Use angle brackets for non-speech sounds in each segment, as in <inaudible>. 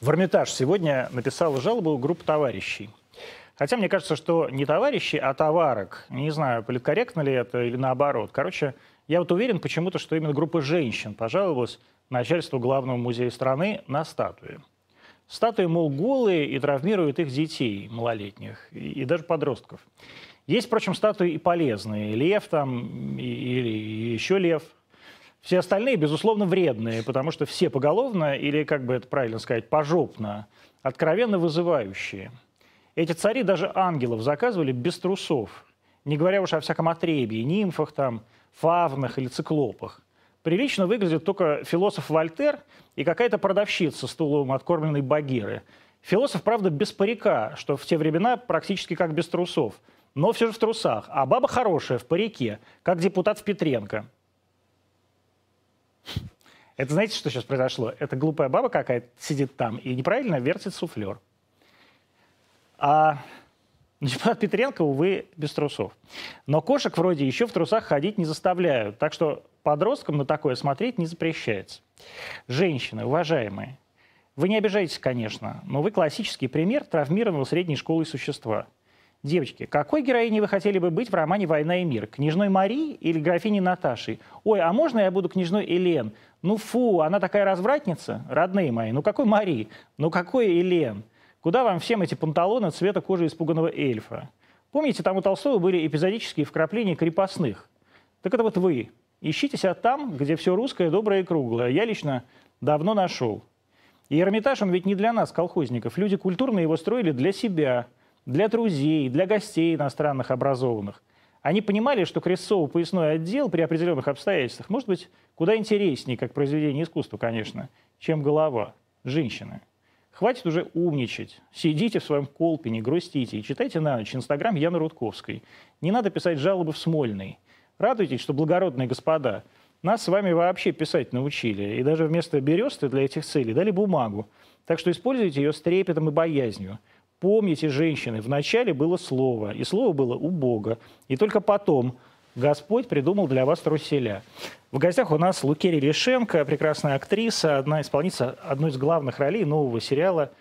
В Эрмитаж сегодня написала жалобу группа товарищей. Хотя мне кажется, что не товарищи, а товарок. Не знаю, политкорректно ли это или наоборот. Короче, я вот уверен почему-то, что именно группа женщин пожаловалась начальству главного музея страны на статуи. Статуи, мол, голые и травмируют их детей малолетних и, и даже подростков. Есть, впрочем, статуи и полезные. Лев там и- или еще лев. Все остальные, безусловно, вредные, потому что все поголовно, или, как бы это правильно сказать, пожопно, откровенно вызывающие. Эти цари даже ангелов заказывали без трусов, не говоря уж о всяком отребье, нимфах там, фавнах или циклопах. Прилично выглядит только философ Вольтер и какая-то продавщица с туловом откормленной Багиры. Философ, правда, без парика, что в те времена практически как без трусов, но все же в трусах. А баба хорошая, в парике, как депутат в Петренко. Это знаете, что сейчас произошло? Это глупая баба какая-то сидит там и неправильно вертит суфлер. А <laughs> депутат Петренко, увы, без трусов. Но кошек вроде еще в трусах ходить не заставляют, так что подросткам на такое смотреть не запрещается. Женщины, уважаемые, вы не обижаетесь, конечно, но вы классический пример травмированного средней школой существа. Девочки, какой героиней вы хотели бы быть в романе «Война и мир»? Княжной Марии или графиней Наташей? Ой, а можно я буду княжной Элен? Ну фу, она такая развратница, родные мои. Ну какой Марии? Ну какой Элен? Куда вам всем эти панталоны цвета кожи испуганного эльфа? Помните, там у Толстого были эпизодические вкрапления крепостных? Так это вот вы. Ищите себя там, где все русское, доброе и круглое. Я лично давно нашел. И Эрмитаж, он ведь не для нас, колхозников. Люди культурные его строили для себя, для друзей, для гостей иностранных образованных. Они понимали, что крестцово-поясной отдел при определенных обстоятельствах может быть куда интереснее, как произведение искусства, конечно, чем голова женщины. Хватит уже умничать. Сидите в своем колпе, не грустите. И читайте на ночь Инстаграм Яны Рудковской. Не надо писать жалобы в Смольный. Радуйтесь, что благородные господа нас с вами вообще писать научили. И даже вместо бересты для этих целей дали бумагу. Так что используйте ее с трепетом и боязнью. Помните, женщины, вначале было слово, и слово было у Бога. И только потом Господь придумал для вас труселя. В гостях у нас Лукерия Лишенко, прекрасная актриса, одна исполнительница одной из главных ролей нового сериала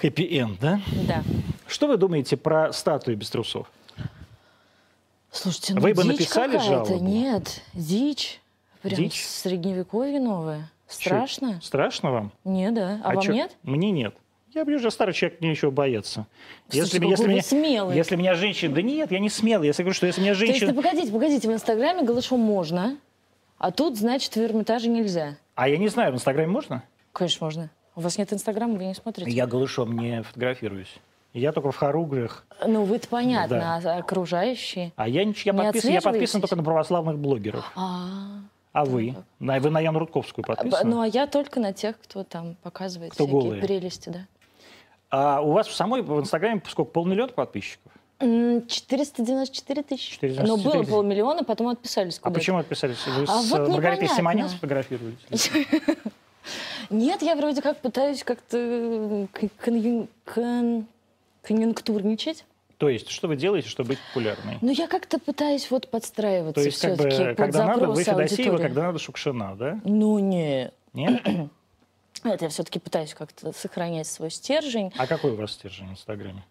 «Хэппи-энд», да? Да. Что вы думаете про статуи без трусов? Слушайте, ну Вы бы дичь написали какая-то. жалобу? Нет, дичь. Прям Дичь? средневековье новое. Страшно? Чё, страшно вам? Не, да. А, вам чё? нет? Мне нет. Я бы уже старый человек, мне еще бояться. Слушайте, Если- какой если вы меня- смелый. Если меня женщина... Да нет, я не смелый. Если говорю, что если меня То есть, женщина... ну, погодите, погодите, в Инстаграме голышом можно, а тут, значит, в Эрмитаже нельзя. А я не знаю, в Инстаграме можно? Конечно, можно. У вас нет Инстаграма, вы не смотрите. Я голышом не фотографируюсь. Я только в хоругвях. Ну, вы-то понятно, Да. а окружающие? А я, нич- я, Не подписан, я подписан отслеживаетесь? только на православных блогеров. А, А вы? На- Вы на Яну Рудковскую б- подписаны? ну, а я только на тех, кто там показывает Кто всякие голые. прелести, да. А у вас в самой в Инстаграме сколько? Полмиллиона подписчиков? М, 494 тысячи. 494 Но было тысячи. полмиллиона, потом отписались А куда-то. почему отписались? Вы А с э, вот Маргаритой непонятно. Симонян сфотографировались? Нет, я вроде как пытаюсь как-то м, к- конъюн- кон- конъюнктурничать. То есть, что вы делаете, чтобы быть популярной? Но я как-то пытаюсь вот подстраиваться То есть, как все-таки бы, под когда надо, вы запросы Федосеева, аудитории. когда надо, Шукшина, да? Ну не, Нет? это я все-таки пытаюсь как-то сохранять свой стержень А какой у вас стержень в Инстаграме?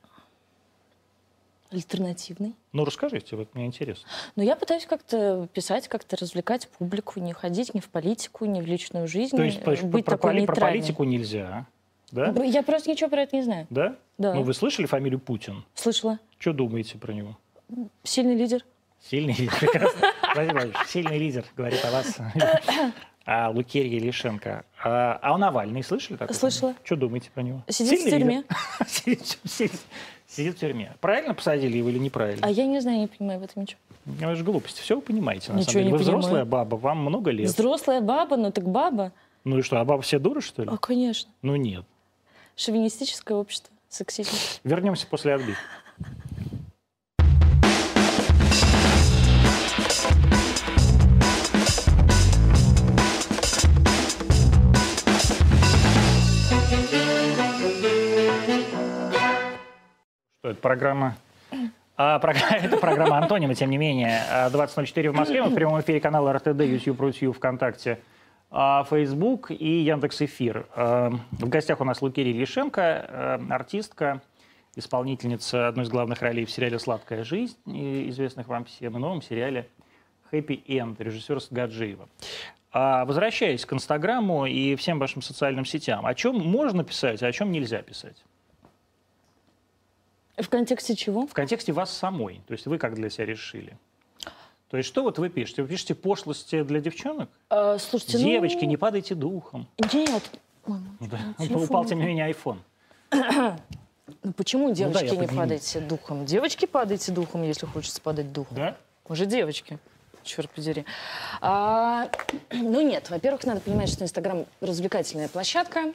альтернативный. Ну, расскажите, вот мне интересно. Но я пытаюсь как-то писать, как-то развлекать публику, не ходить ни в политику, ни в личную жизнь, То есть э, про, быть про- про- такой про нейтральной. политику нельзя, да? Б- Я просто ничего про это не знаю. Да? Да. Ну, вы слышали фамилию Путин? Слышала. Что думаете про него? Сильный лидер. Сильный лидер. прекрасно. Владимир Владимирович, сильный лидер, говорит о вас. А Лукерья Лишенко. А, а о Навальный слышали такое? Слышала. Что думаете про него? Сидит в Сильный тюрьме. лидер. <laughs> Сидит- сидит- Сидит в тюрьме. Правильно посадили его или неправильно? А я не знаю, не понимаю в этом ничего. Ну, это же глупость. Все вы понимаете, на Ничего самом деле. не Вы понимаю. взрослая баба, вам много лет. Взрослая баба, ну так баба. Ну и что, а баба все дуры, что ли? А, конечно. Ну нет. Шовинистическое общество, сексизм. Вернемся после отбивки. Что это программа? А, програ- <laughs> это программа «Антонима», тем не менее. А, 20.04 в Москве, мы в прямом эфире канала РТД, YouTube, Рутью, ВКонтакте. А, а, Facebook и Яндекс Эфир. А, В гостях у нас Лукерия Лишенко, э, артистка, исполнительница одной из главных ролей в сериале «Сладкая жизнь», и известных вам всем, и новом сериале «Хэппи Энд» режиссера Сгаджиева. А, Возвращаясь к Инстаграму и всем вашим социальным сетям, о чем можно писать, а о чем нельзя писать? В контексте чего? В контексте вас самой, то есть вы как для себя решили? То есть что вот вы пишете? Вы пишете пошлости для девчонок? Э, слушайте, ну, Девочки, не падайте духом. <laughs> Нет. Ой, Да. телефон Упал упал. тем не менее iPhone. ну почему девочки я не подниму. падайте духом? Девочки падайте духом, если хочется падать духом. Да? Мы же девочки. Черт подери. А, <clears throat> ну нет, во-первых, надо понимать, что Инстаграм развлекательная площадка.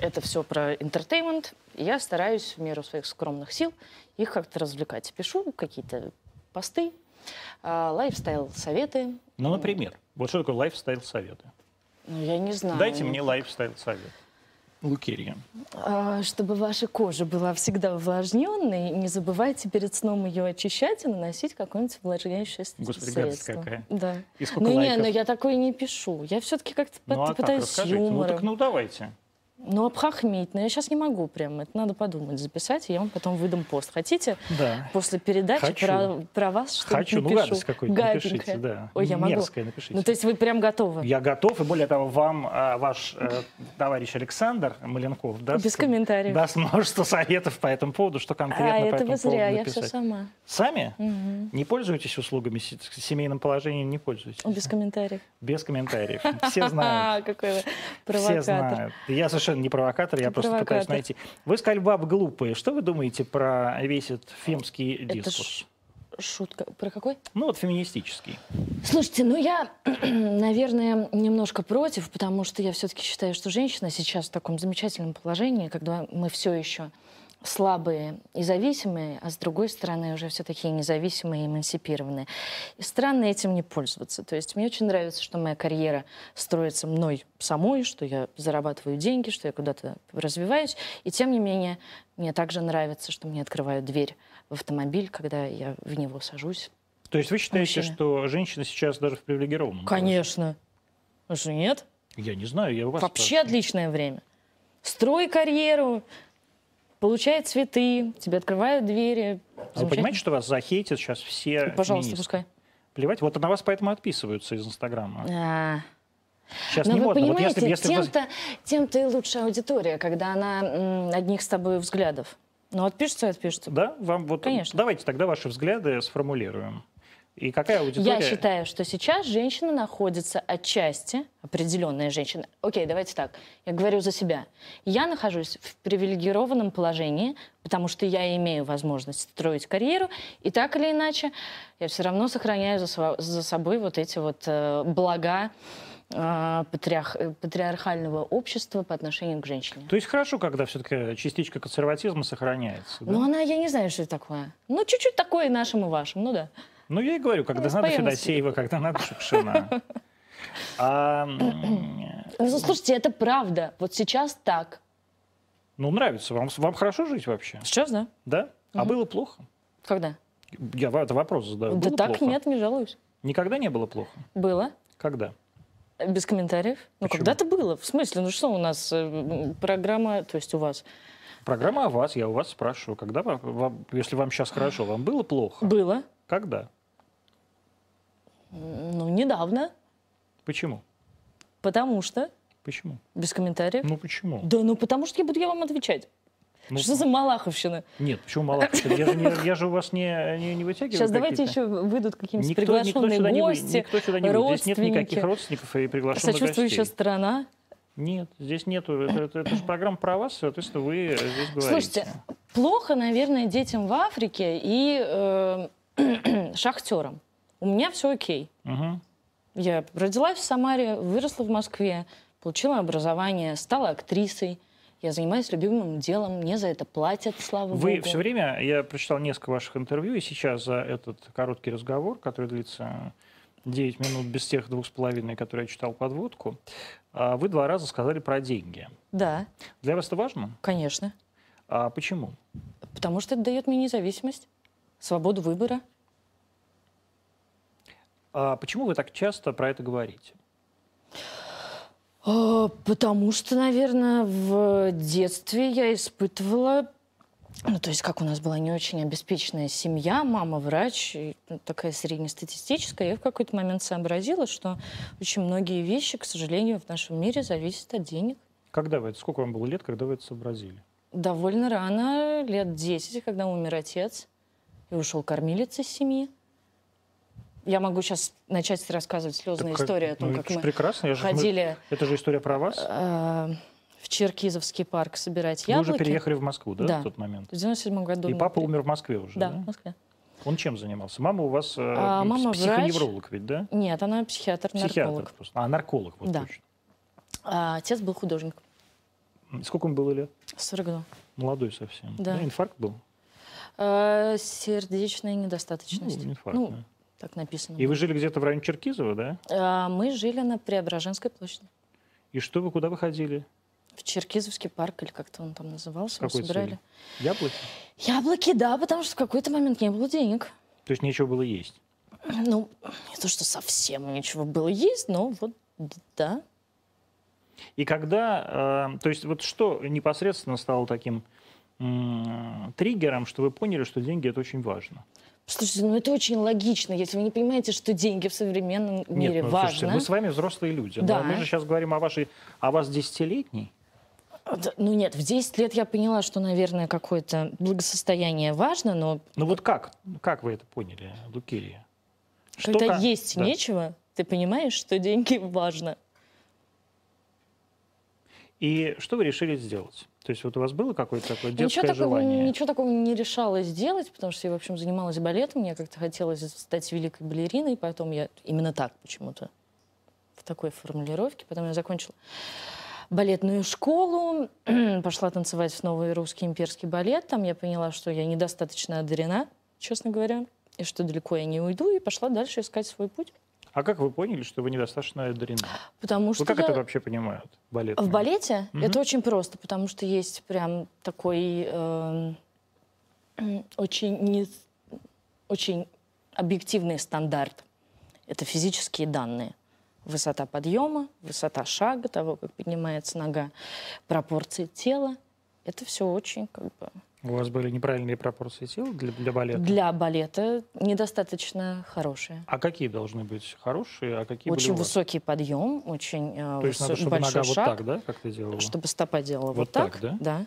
Это все про интертеймент. И Я стараюсь в меру своих скромных сил их как-то развлекать. Пишу какие-то посты, а, лайфстайл-советы. Ну, например, вот что такое лайфстайл-советы? Ну, я не знаю. Дайте мне лайфстайл-совет. Лукерия. А, Чтобы ваша кожа была всегда увлажненной, не забывайте перед сном ее очищать и наносить какое-нибудь увлажняющее с- Господи, гадость средство. какая. Да. И сколько Ну не, лайков? но я такое не пишу. Я все-таки как-то Ну, пыт- а как? пытаюсь с Расскажите. Ну, юмором. так ну давайте. Ну, обхахмить. Но я сейчас не могу прям. Это надо подумать, записать. и Я вам потом выдам пост. Хотите? Да. После передачи Хочу. про, про вас что-то Хочу, ну напишу. гадость какую-то Гаденькое. напишите, да. Ой, я могу. Мерзкое напишите. Ну, то есть вы прям готовы? Я готов, и более того, вам а, ваш э, товарищ Александр Маленков даст, Ну, Без комментариев. даст множество советов по этому поводу, что конкретно а, по это этому вы зря. поводу Я все написать. сама. Сами? Мгм. Не пользуйтесь услугами, се- семейным положением не пользуйтесь. Ну, Без комментариев. Без комментариев. <laughs> Все знают. А, какой вы Все провокатор. знают. Я совершенно не провокатор, я Ты просто пытаюсь провокатор. найти. Вы сказали, бабы глупые. Что вы думаете про весь этот фемский Это дискурс? ш- шутка. Про какой? Ну вот феминистический. Слушайте, ну я, <clears throat> наверное, немножко против, потому что я все-таки считаю, что женщина сейчас в таком замечательном положении, когда мы все еще слабые и зависимые, а с другой стороны уже все такие независимые и эмансипированные. И странно этим не пользоваться. То есть мне очень нравится, что моя карьера строится мной самой, что я зарабатываю деньги, что я куда-то развиваюсь. И тем не менее, мне также нравится, что мне открывают дверь в автомобиль, когда я в него сажусь. То есть вы считаете, Мужчины. что женщина сейчас даже в привилегированном? Конечно. А что, нет? положении? Я не знаю, я у вас Вообще спрашиваю. А отличное время. Строй карьеру, получай цветы, тебе открывают двери. А Вы Замечательно. понимаете, что вас захейтят сейчас все Пожалуйста, феминистки? пускай. Плевать, вот на вас поэтому отписываются из Инстаграма. А, Сейчас Но не вы модно. Вот понимаете, если, если вы- тем-то, тем-то и лучшая аудитория, когда она м, одних с тобой взглядов. Ну, отпишется, и отпишется. Да, вам вот... Конечно. Давайте тогда ваши взгляды сформулируем. И какая аудитория... Я считаю, что сейчас женщина находится отчасти, определенная женщина. Окей, давайте так. Я говорю за себя. Я нахожусь в привилегированном положении, потому что я имею возможность строить карьеру, и так или иначе я все равно сохраняю за, сво- за собой вот эти вот э, блага э, патриарх- э, патриархального общества по отношению к женщине. То есть хорошо, когда все-таки частичка консерватизма сохраняется. да? Ну, она, я не знаю, что это такое. Ну, чуть-чуть такое и нашим, и вашим, ну да. Ну, я и говорю, когда Ну, надо споем на Федосеева, когда надо Шукшина. А, м, Ну, слушайте, это правда. Вот сейчас так. ну, нравится. Вам, вам хорошо жить вообще? Сейчас, да? Да? А Мгм. было плохо? Когда? Я ва- это вопрос задаю. да Было так плохо? нет, не жалуюсь. Никогда не было плохо? Было. Когда? Э, Без комментариев. Ну, Почему? когда-то было. В смысле, ну что у нас э, м, программа, то есть у вас Программа о вас, я у вас спрашиваю. Когда вам, вам- если вам сейчас хорошо, вам было плохо? было, Когда? М, ну, недавно, Почему? потому что Почему? без комментариев. Ну почему? Да, ну потому что я буду я вам отвечать. Ну, что за малаховщина? Нет, почему мало? Я же, не- я же у вас не, не, не вытягиваю. Сейчас давайте какие-то. еще выйдут какие-нибудь Никто, никто приглашенные сюда не вы- гости, никто сюда не выйдет. Здесь нет никаких родственники, родственников и приглашенных сочувствующая гостей. сторона. Нет, здесь нету. Это, это- это же программа про вас, соответственно, вы э, здесь говорите. Слушайте, плохо, наверное, детям в Африке и э, <clears throat> шахтерам. У меня все окей. Мгм. Я родилась в Самаре, выросла в Москве, получила образование, стала актрисой. Я занимаюсь любимым делом, мне за это платят, слава Вы богу. все время, я прочитал несколько ваших интервью, и сейчас за этот короткий разговор, который длится 9 минут без тех двух с половиной, которые я читал подводку, а, вы два раза сказали про деньги. Да, Для вас это важно? конечно. А почему? Потому что это дает мне независимость, свободу выбора. А почему вы так часто про это говорите? Э, Потому что, наверное, в детстве я испытывала... Ну, то есть, как у нас была не очень обеспеченная семья, мама врач, и, ну, такая среднестатистическая, я в какой-то момент сообразила, что очень многие вещи, к сожалению, в нашем мире зависят от денег. Когда вы это, сколько вам было лет, когда вы это сообразили? Довольно рано, лет 10, когда умер отец, и ушел кормилец из семьи. Я могу сейчас начать рассказывать слезную Так как- историю о том, ну, как это же мы прекрасно. Я же- мы- ходили это же история про вас. э, в Черкизовский парк собирать Вы яблоки. уже переехали в Москву, да, Да. в тот момент? В 97 году. И мы папа пере- умер в Москве уже, Да, да? в Москве. Он чем занимался? Мама у вас э, А, м, мама психоневролог ведь, да? Нет, она психиатр, Психиатр нарколог. просто. А, нарколог, вот Да. точно. А отец был художник. М, Сколько ему было лет? 40 годов. Молодой совсем. Да. Ну, инфаркт был? А, сердечная Ну, недостаточность. инфаркт, Ну, да. так написано. И вы жили где-то в районе Черкизова, да? А, мы жили на Преображенской площади. И что вы, куда вы ходили? В Черкизовский парк, или как-то он там назывался, мы Какой собирали. целью? Яблоки? Яблоки, да, потому что в какой-то момент не было денег. То есть нечего было есть? Ну, не то, что совсем ничего было есть, но вот да. И когда, э, то есть вот что непосредственно стало таким м, триггером, что вы поняли, что деньги это очень важно? Слушайте, ну это очень логично, если вы не понимаете, что деньги в современном мире ну, важно. слушайте, мы с вами взрослые люди. но Да. мы же сейчас говорим о вашей, о вас десятилетней. Да, Ну нет, в 10 лет я поняла, что, наверное, какое-то благосостояние важно, но Ну вот как, как вы это поняли, Лукерия? когда Что-то- есть да. нечего, ты понимаешь, что деньги <laughs> важно. И что вы решили сделать? То есть вот у вас было какое-то такое детское ничего, такого, желание? ничего такого не решала сделать, потому что я, в общем, занималась балетом, мне как-то хотелось стать великой балериной, поэтому я именно так почему-то в такой формулировке. Потом я закончила балетную школу, <clears throat> пошла танцевать в новый русский имперский балет. Там я поняла, что я недостаточно одарена, честно говоря, и что далеко я не уйду, и пошла дальше искать свой путь. А как вы поняли, что вы недостаточно одарены? Потому что Вы Ну, как я- это вообще понимают? Балет. В балете Мгм. это очень просто, потому что есть прям такой эм, <clears throat> м, очень, не- очень объективный стандарт. Это физические данные. Высота подъема, высота шага, того, как поднимается нога, пропорции тела. Это все очень как бы... У вас были неправильные пропорции сил для, для балета? Для балета недостаточно хорошие. А какие должны быть хорошие, а какие очень были у вас? высокий подъем, очень э, То есть надо, высо- чтобы большой нога шаг. вот так, да, как ты делала? Чтобы стопа делала вот, Вот так, да?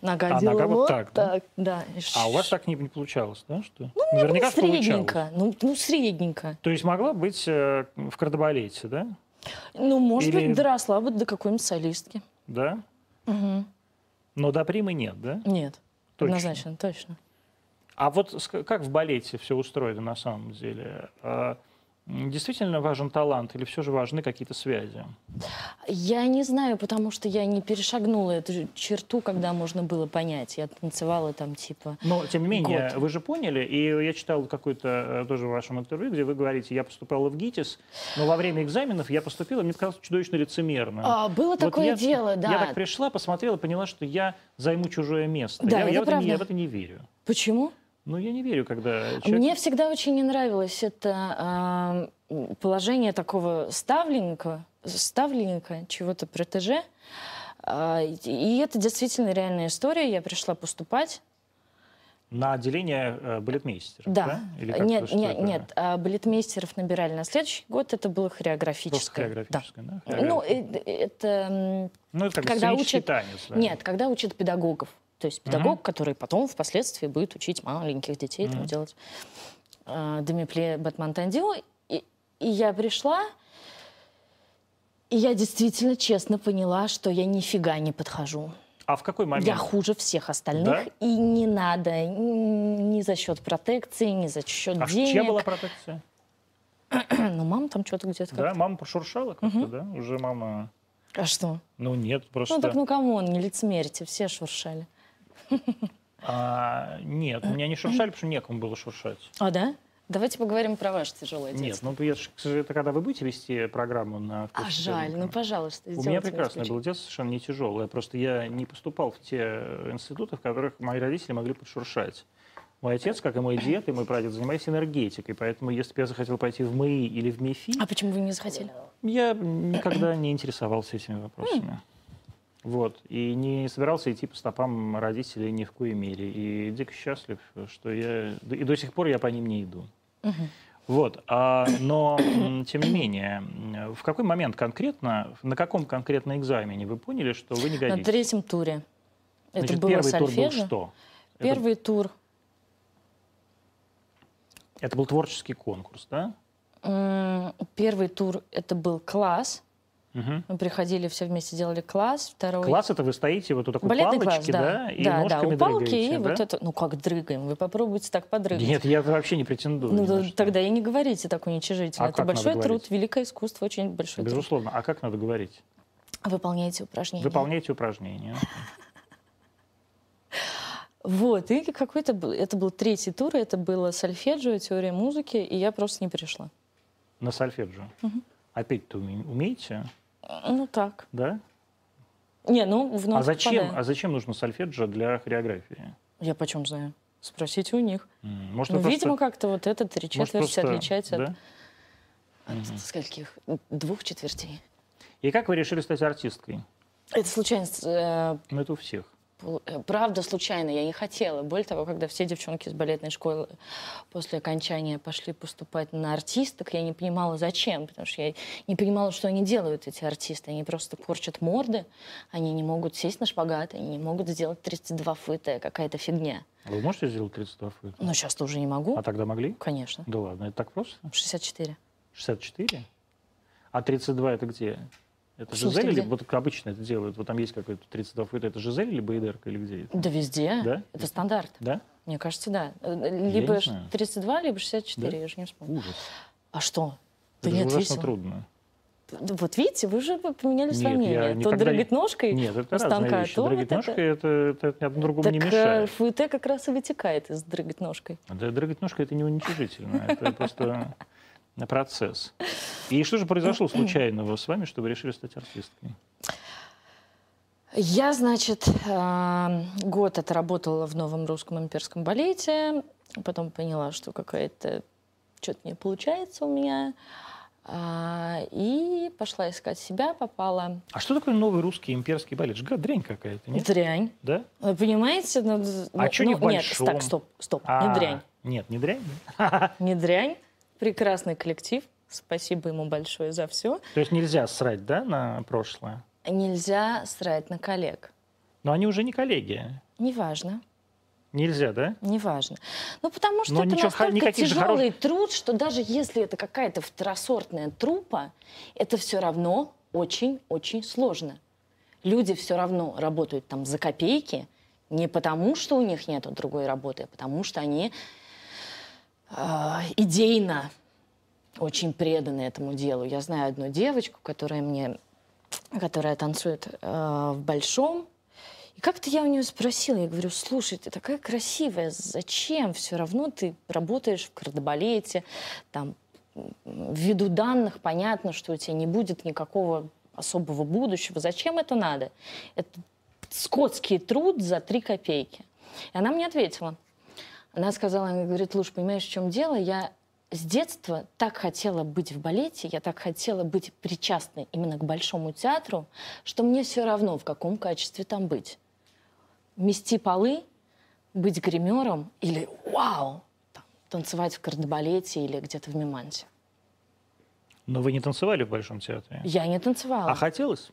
Нога А делала нога вот вот так, так, да? да. А у вас так не, не получалось, да? Что? Ну, Ну, Наверняка ж получалось. средненько. Ну, ну, средненько. То есть могла быть э, в кардебалете, да? Ну, может Или- быть, доросла бы до какой-нибудь солистки. Да? Мгм. Но до примы нет, да? Нет, Точно. однозначно, точно. А вот ск- как в балете все устроено на самом деле? А, м, Действительно важен талант или все же важны какие-то связи? Я не знаю, потому что я не перешагнула эту же черту, когда можно было понять. Я танцевала там типа... Но, тем не менее, Год. вы же поняли, и я читал какое-то э, тоже в вашем интервью, где вы говорите, я поступала в ГИТИС, но во время экзаменов я поступила, мне казалось чудовищно лицемерно. А, было Вот такое я- дело, да. Я так пришла, посмотрела, поняла, что я займу чужое место. Да, я, это я в это не, я правда. в это не верю. Почему? Ну, я не верю, когда человек... Мне всегда очень не нравилось это а, положение такого ставленника, ставленника чего-то протеже. А, и- и это действительно реальная история. Я пришла поступать. На отделение э, балетмейстеров, да? Да. Или как-то нет, что нет, это? нет. А, балетмейстеров набирали на следующий год. Это было Просто хореографическое. хореографическое, да? Да. Ну, Хореография. э, это... м, ну, это как когда сценический учат- танец, да? Нет, когда учат педагогов. То есть педагог, который потом впоследствии будет учить маленьких детей там Мгм. делать э, демипле Батман Тандио. И, и я пришла, и я действительно честно поняла, что я нифига не подхожу. А в какой момент? Я хуже всех остальных, Да? и не надо н- ни за счет протекции, ни за счет А денег. чья была протекция? <clears throat> Ну, мама там что-то где-то Да, как-то. мама пошуршала как-то, да? Уже мама... А что? Ну, нет, просто... Ну так, ну камон, не лицемерите, все шуршали. А, нет, меня не шуршали, потому что некому было шуршать. А, да? Давайте поговорим про ваше тяжелое Нет, детство. ну, я ж- это когда вы будете вести программу на... а «Вкусе жаль, рынка». ну пожалуйста, У меня сделайте прекрасное исключение. было детство, совершенно не тяжелое. Просто я не поступал в те институты, в которых мои родители могли подшуршать. Мой отец, как и мой дед, и мой прадед, занимались энергетикой. Поэтому, если бы я захотел пойти в МАИ или в МИФИ, А почему вы не захотели? я никогда не интересовался этими вопросами. Вот. И не собирался идти по стопам родителей ни в коей мере. И дико счастлив, что я... И до сих пор я по ним не иду. Вот. А, но, м, тем не менее, м, в какой момент конкретно, на каком конкретно экзамене вы поняли, что вы не На годитесь? третьем туре. Это Значит, было первый тур был сольфеджио. что? Это- Первый тур. Это, был творческий конкурс, да? м, Первый тур это был класс. Мгм. Мы приходили все вместе, делали класс. Второй Класс это вы стоите вот у такой Балетный палочки, класс, да. и да, да, ножками у палки дрыгаете, и да? вот это, ну как дрыгаем, вы попробуйте так подрыгать. Нет, я вообще не претендую. ну ни на да, что. тогда и не говорите так уничижительно. А это как надо большой труд, говорить? великое искусство, очень большой труд. Безусловно. А как надо говорить? Выполняйте упражнения. Выполняйте упражнения. Вот, и какой-то, б- это был третий тур, это было сольфеджио, теория музыки, и я просто не пришла. На сольфеджио. А петь-то уме- умеете, Ну так. да? Не, ну в ноту а зачем? попадаю. А зачем нужно сольфеджио для хореографии? Я почем знаю? Спросите у них. М, Может, ну, вы просто- видимо, как-то вот это три может, четверти просто- отличается да? от, от скольких? Двух четвертей. И как вы решили стать артисткой? Это случайность. э, Ну, это у всех. Пол- э, Правда, случайно, я не хотела. Более того, когда все девчонки из балетной школы после окончания пошли поступать на артисток, я не понимала, зачем, потому что я не понимала, что они делают, эти артисты. Они просто порчат морды, они не могут сесть на шпагат, они не могут сделать 32 фыта, какая-то фигня. А Вы можете сделать 32 фута? Но сейчас-то уже не могу, А тогда могли? конечно. Да ладно, это так просто? 64. 64? А 32 это где? Это В смысле, Жизель или где? вот как обычно это делают? Вот там есть какой-то 32 фута, это Жизель или Бейдерка или где это? Да везде. Да? Это стандарт. Да? Мне кажется, да. Э, Либо ш- знаю. 32, либо 64, Да? я уже не вспомню. Ужас. А что? Это Да же нет, ужасно весело. трудно. Вот видите, вы же поменяли Нет, свое я мнение. То никогда дрыгать ножкой, Нет, это у станка, разные вещи. то вот Дрыгать это- ножкой это, это, одно другому так не э, мешает. фуэте как раз и вытекает из дрыгать ножкой. Да, дрыгать ножкой это не уничижительно, это просто процесс. И что же произошло случайного с вами, что вы решили стать артисткой? Я, значит, э, год отработала в новом русском имперском балете, потом поняла, что какая-то что-то не получается у меня, А, и пошла искать себя, попала А что такое новый русский имперский балет? Жга дрянь какая-то, в нет? дрянь. Да? Вы понимаете? Ну, з- А ну, чё не ну, в Нет, большом? так, стоп, стоп, А, не дрянь. Нет, не дрянь. <laughs> да? Не дрянь. Прекрасный коллектив. Спасибо ему большое за все. То есть нельзя срать, да, на прошлое? Нельзя срать на коллег. Но они уже не коллеги. Неважно, Нельзя, да? неважно. Ну, потому что Но это ничего хо- настолько никаких же тяжелый труд, что даже если это какая-то второсортная трупа, это все равно очень-очень сложно. Люди все равно работают там за копейки, не потому, что у них нет другой работы, а потому что они э, идейно очень преданы этому делу. Я знаю одну девочку, которая мне, которая танцует э, в большом. И как-то я у нее спросила, я говорю, слушай, ты такая красивая, зачем? Все равно ты работаешь в кардебалете, там, м, ввиду данных понятно, что у тебя не будет никакого особого будущего. Зачем это надо? Это скотский труд за три копейки. И она мне ответила. Она сказала, она говорит, Луш, понимаешь, в чем дело? Я с детства так хотела быть в балете, я так хотела быть причастной именно к Большому театру, что мне все равно, в каком качестве там быть. Мести полы, быть гримером или вау, там, танцевать в кардебалете или где-то в Миманте. Но вы не танцевали в Большом театре. Я не танцевала. А хотелось?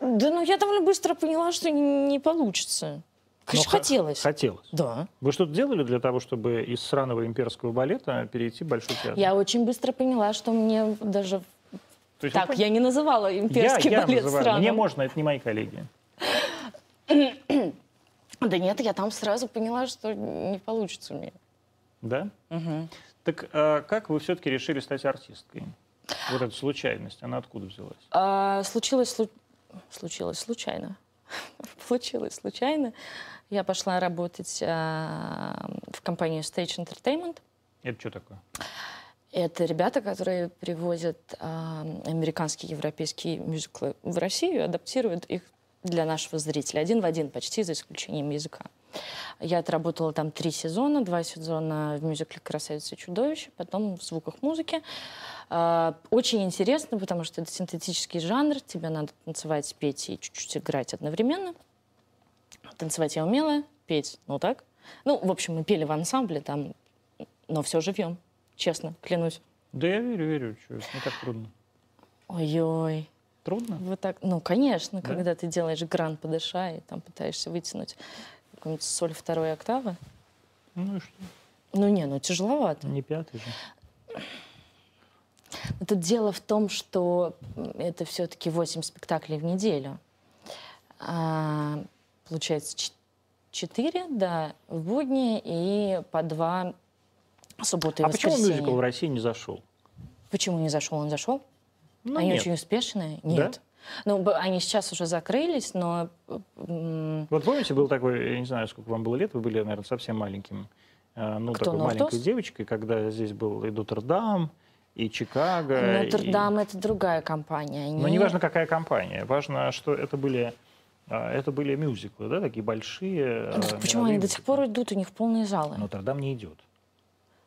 Да ну я довольно быстро поняла, что не не получится. Ну, Конечно, х- хотелось. Хотелось. Да. Вы что-то делали для того, чтобы из сраного имперского балета перейти в Большой театр? Я очень быстро поняла, что мне даже... То есть вы Так, поняли? я не называла я, имперский я балет называю. сраным. Мне можно, это не мои коллеги. Да нет, я там сразу поняла, что не получится мне. Да? Так а, как вы все-таки решили стать артисткой? Вот эта случайность, она откуда взялась? А, случилось, слу- случилось случайно. <laughs> Получилось случайно. Я пошла работать а, в компанию Stage Entertainment. Это что такое? Это ребята, которые привозят а, американские, европейские мюзиклы в Россию, адаптируют их для нашего зрителя. Один в один почти, за исключением языка. Я отработала там три сезона, два сезона в мюзикле «Красавица и чудовище», потом в «Звуках музыки». Э, Очень интересно, потому что это синтетический жанр, тебе надо танцевать, петь и чуть-чуть играть одновременно. Танцевать я умела, петь, ну так. Ну, в общем, мы пели в ансамбле там, но все живьем, честно, клянусь. Да я верю, верю. чё, это не так трудно. Ой-ой, Трудно? вот так, ну, конечно, Да? когда ты делаешь гран подыша и там пытаешься вытянуть какую-нибудь соль второй октавы. Ну и что? Ну, не, ну, тяжеловато. Не пятый же. Но Тут дело в том, что м, это все-таки 8 спектаклей в неделю. А, получается, 4, да, в будни и по 2 субботы и а почему воскресенье. мюзикл в России не зашел? Почему не зашел? Он зашел? Ну, они нет. очень успешные? Нет. Ну, б- они сейчас уже закрылись, но м, Вот помните, был такой, я не знаю, сколько вам было лет, вы были, наверное, совсем маленьким. э, Ну, Кто, такой Нортос? маленькой девочкой, когда здесь был и Нотр-Дам, и Чикаго. Э, и- Ну, Ну, Нотр-Дам это другая компания. Но не важно, какая компания. Важно, что это были, а, это были мюзиклы, да, такие большие. Ну, так э, почему мировые они до сих пор мюзиклы. идут, у них полные залы. Нотр-Дам не идет.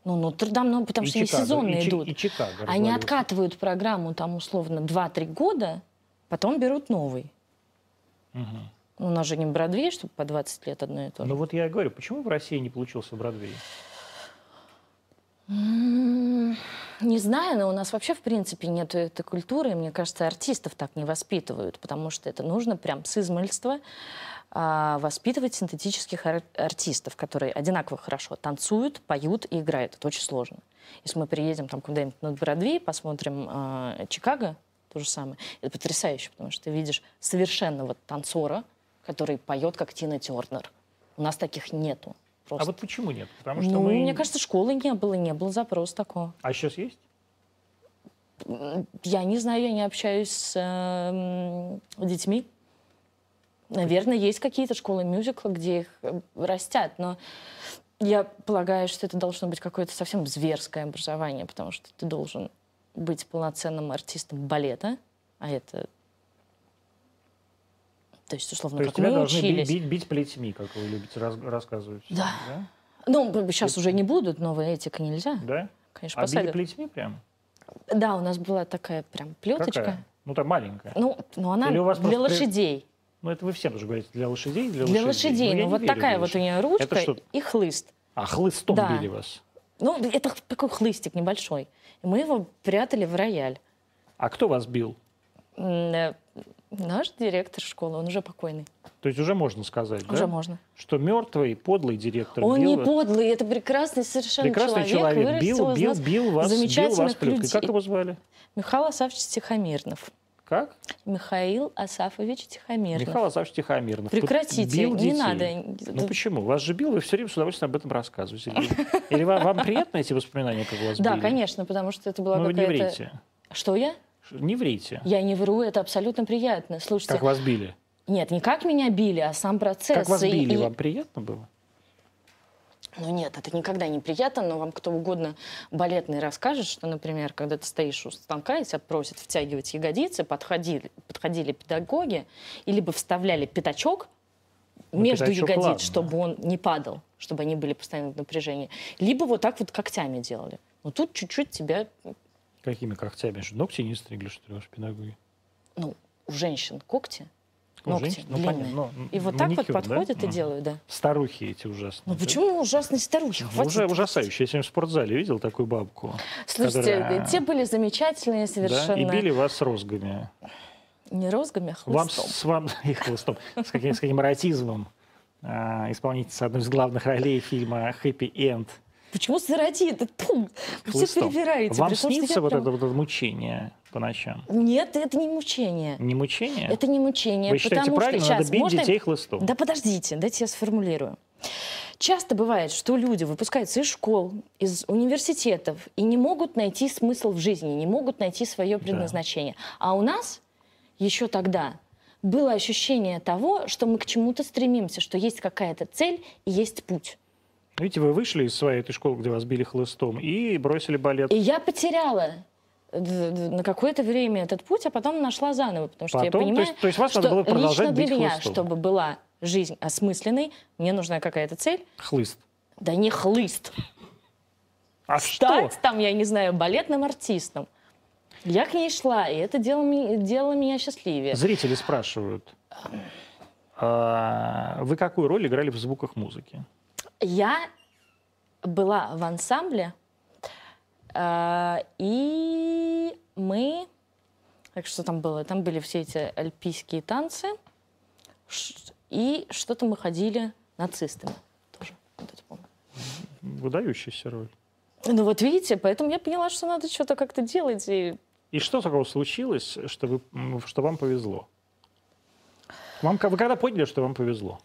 Ну, Нотр-Дам, ну, потому И что они Чикаго, сезонные и Чи- идут. И Чикаго. Они развалился. откатывают программу там условно 2-3 года, потом берут новый. Мгм. Ну, У нас же не Бродвей, чтобы по 20 лет одно и то же. Ну вот я и говорю, почему в России не получился Бродвей? А М, Не знаю, но у нас вообще, в принципе, нет этой культуры. И, мне кажется, артистов так не воспитывают, потому что это нужно прям с измальства а, воспитывать синтетических ар- артистов, которые одинаково хорошо танцуют, поют и играют. Это очень сложно. Если мы приедем там куда-нибудь на Бродвей, посмотрим а, Чикаго, то же самое. Это потрясающе, потому что ты видишь совершенного танцора, который поет как Тина Тернер. У нас таких нету. А Просто. вот почему нет? Потому что ну, мы... мне кажется, школы не было, не было запроса такого. А сейчас есть? М, Я не знаю, я не общаюсь с эм, детьми. Наверное, есть какие-то школы мюзикла, где их э, растят, но я полагаю, что это должно быть какое-то совсем зверское образование, потому что ты должен быть полноценным артистом балета, а это... То есть, условно, То есть как тебя ну, мы должны би- учились. бить, бить плетьми, как вы любите раз- рассказывать. Да. Да? Ну, сейчас уже не будут, новая этика нельзя. Да? Конечно, А били посадят. плетьми прям? Да, у нас была такая прям плеточка. Какая? Ну, там маленькая. Ну, ну она Или у вас для просто при- лошадей. Ну, это вы все тоже говорите. Для лошадей? Для, Для лошадей. я Ну, не вот верю такая в вот у лошадей. нее ручка Это что? и хлыст. А хлыстом Да. били вас? Ну, это х- такой хлыстик небольшой. И мы его прятали в рояль. А кто вас бил? М, э, Наш директор школы, он уже покойный. То есть уже можно сказать, да? Уже можно. Что мертвый, подлый директор Он бил не вас. подлый, это прекрасный совершенно Прекрасный человек. человек, бил, вырастил из бил, нас бил вас, бил вас замечательных плеткой. Как людей. его звали? Михаил Асафович Тихомирнов. Как? Михаил Асафович Тихомирнов. Михаил Асаевич Тихомирнов. Тут Прекратите, бил не детей. надо. Ну почему? Вас же бил, вы все время с удовольствием об этом рассказываете. Или- Или вам, вам приятно эти воспоминания, как вас да, били? конечно, потому что это была Ну вы не какая-то... врите. Что я? Ш- Не врите. Я не вру, это абсолютно приятно. Слушайте, Как вас били? нет, не как меня били, а сам процесс. Как вас И- били? и- Вам приятно было? Ну нет, это никогда не приятно, но вам кто угодно балетный расскажет, что, например, когда ты стоишь у станка и тебя просят втягивать ягодицы, подходили, подходили педагоги и либо вставляли пятачок Ну, между пятачок ягодиц, ладно. чтобы он не падал, чтобы они были постоянно в напряжении, либо вот так вот когтями делали. Но тут чуть-чуть тебя ну, Какими когтями? Что, Ногти не стригли, что ли, ваши педагоги? ну, у женщин когти, У ногти женщин? Ну, длинные. понятно. Ну, и вот так маникюр, вот да? подходят и Мгм. делают, да. Старухи эти ужасные. Ну да? почему ужасные старухи? Ну, Хватит. Уже ужасающе. Я сегодня в спортзале видел такую бабку. Слушайте, которая- те были замечательные да, совершенно. и били вас розгами. Не розгами, а Вам хлыстом. с, вам <laughs> и хлыстом. С каким, с каким эротизмом а, исполнительница одной из главных ролей фильма «Хэппи Энд». Почему сыроти? Это тьфу, вы все Хлыстом. перебираете. Вам при том, что снится я вот прям- это вот это мучение по ночам? Нет, это не мучение. Не мучение? Это не мучение. Вы считаете потому правильно, что... надо Щас, бить можно я- детей хлыстом? Да подождите, дайте я сформулирую. Часто бывает, что люди выпускаются из школ, из университетов и не могут найти смысл в жизни, не могут найти свое Да. предназначение. А у нас еще тогда было ощущение того, что мы к чему-то стремимся, что есть какая-то цель и есть путь. Видите, вы вышли из своей этой школы, где вас били хлыстом, и бросили балет. И я потеряла э, д- д- на какое-то время этот путь, а потом нашла заново, потому что я Потом, понимаю, то, есть, то есть вас что надо было лично продолжать для бить меня, хлыстом. чтобы была жизнь осмысленной, мне нужна какая-то цель, Хлыст. да не хлыст. А что? стать там, я не знаю, балетным артистом. Я к ней шла, и это делало, ме- делало меня счастливее. Зрители спрашивают, а, вы какую роль играли в звуках музыки? Я была в ансамбле, а, и мы... Так что там было? Там были все эти альпийские танцы, ш- и что-то мы ходили нацистами тоже. Вот это помню. Выдающаяся роль. Ну вот видите, поэтому я поняла, что надо что-то как-то делать, и И что такого случилось, что, вы, м, что вам повезло? Вам, ко- вы когда поняли, что вам повезло?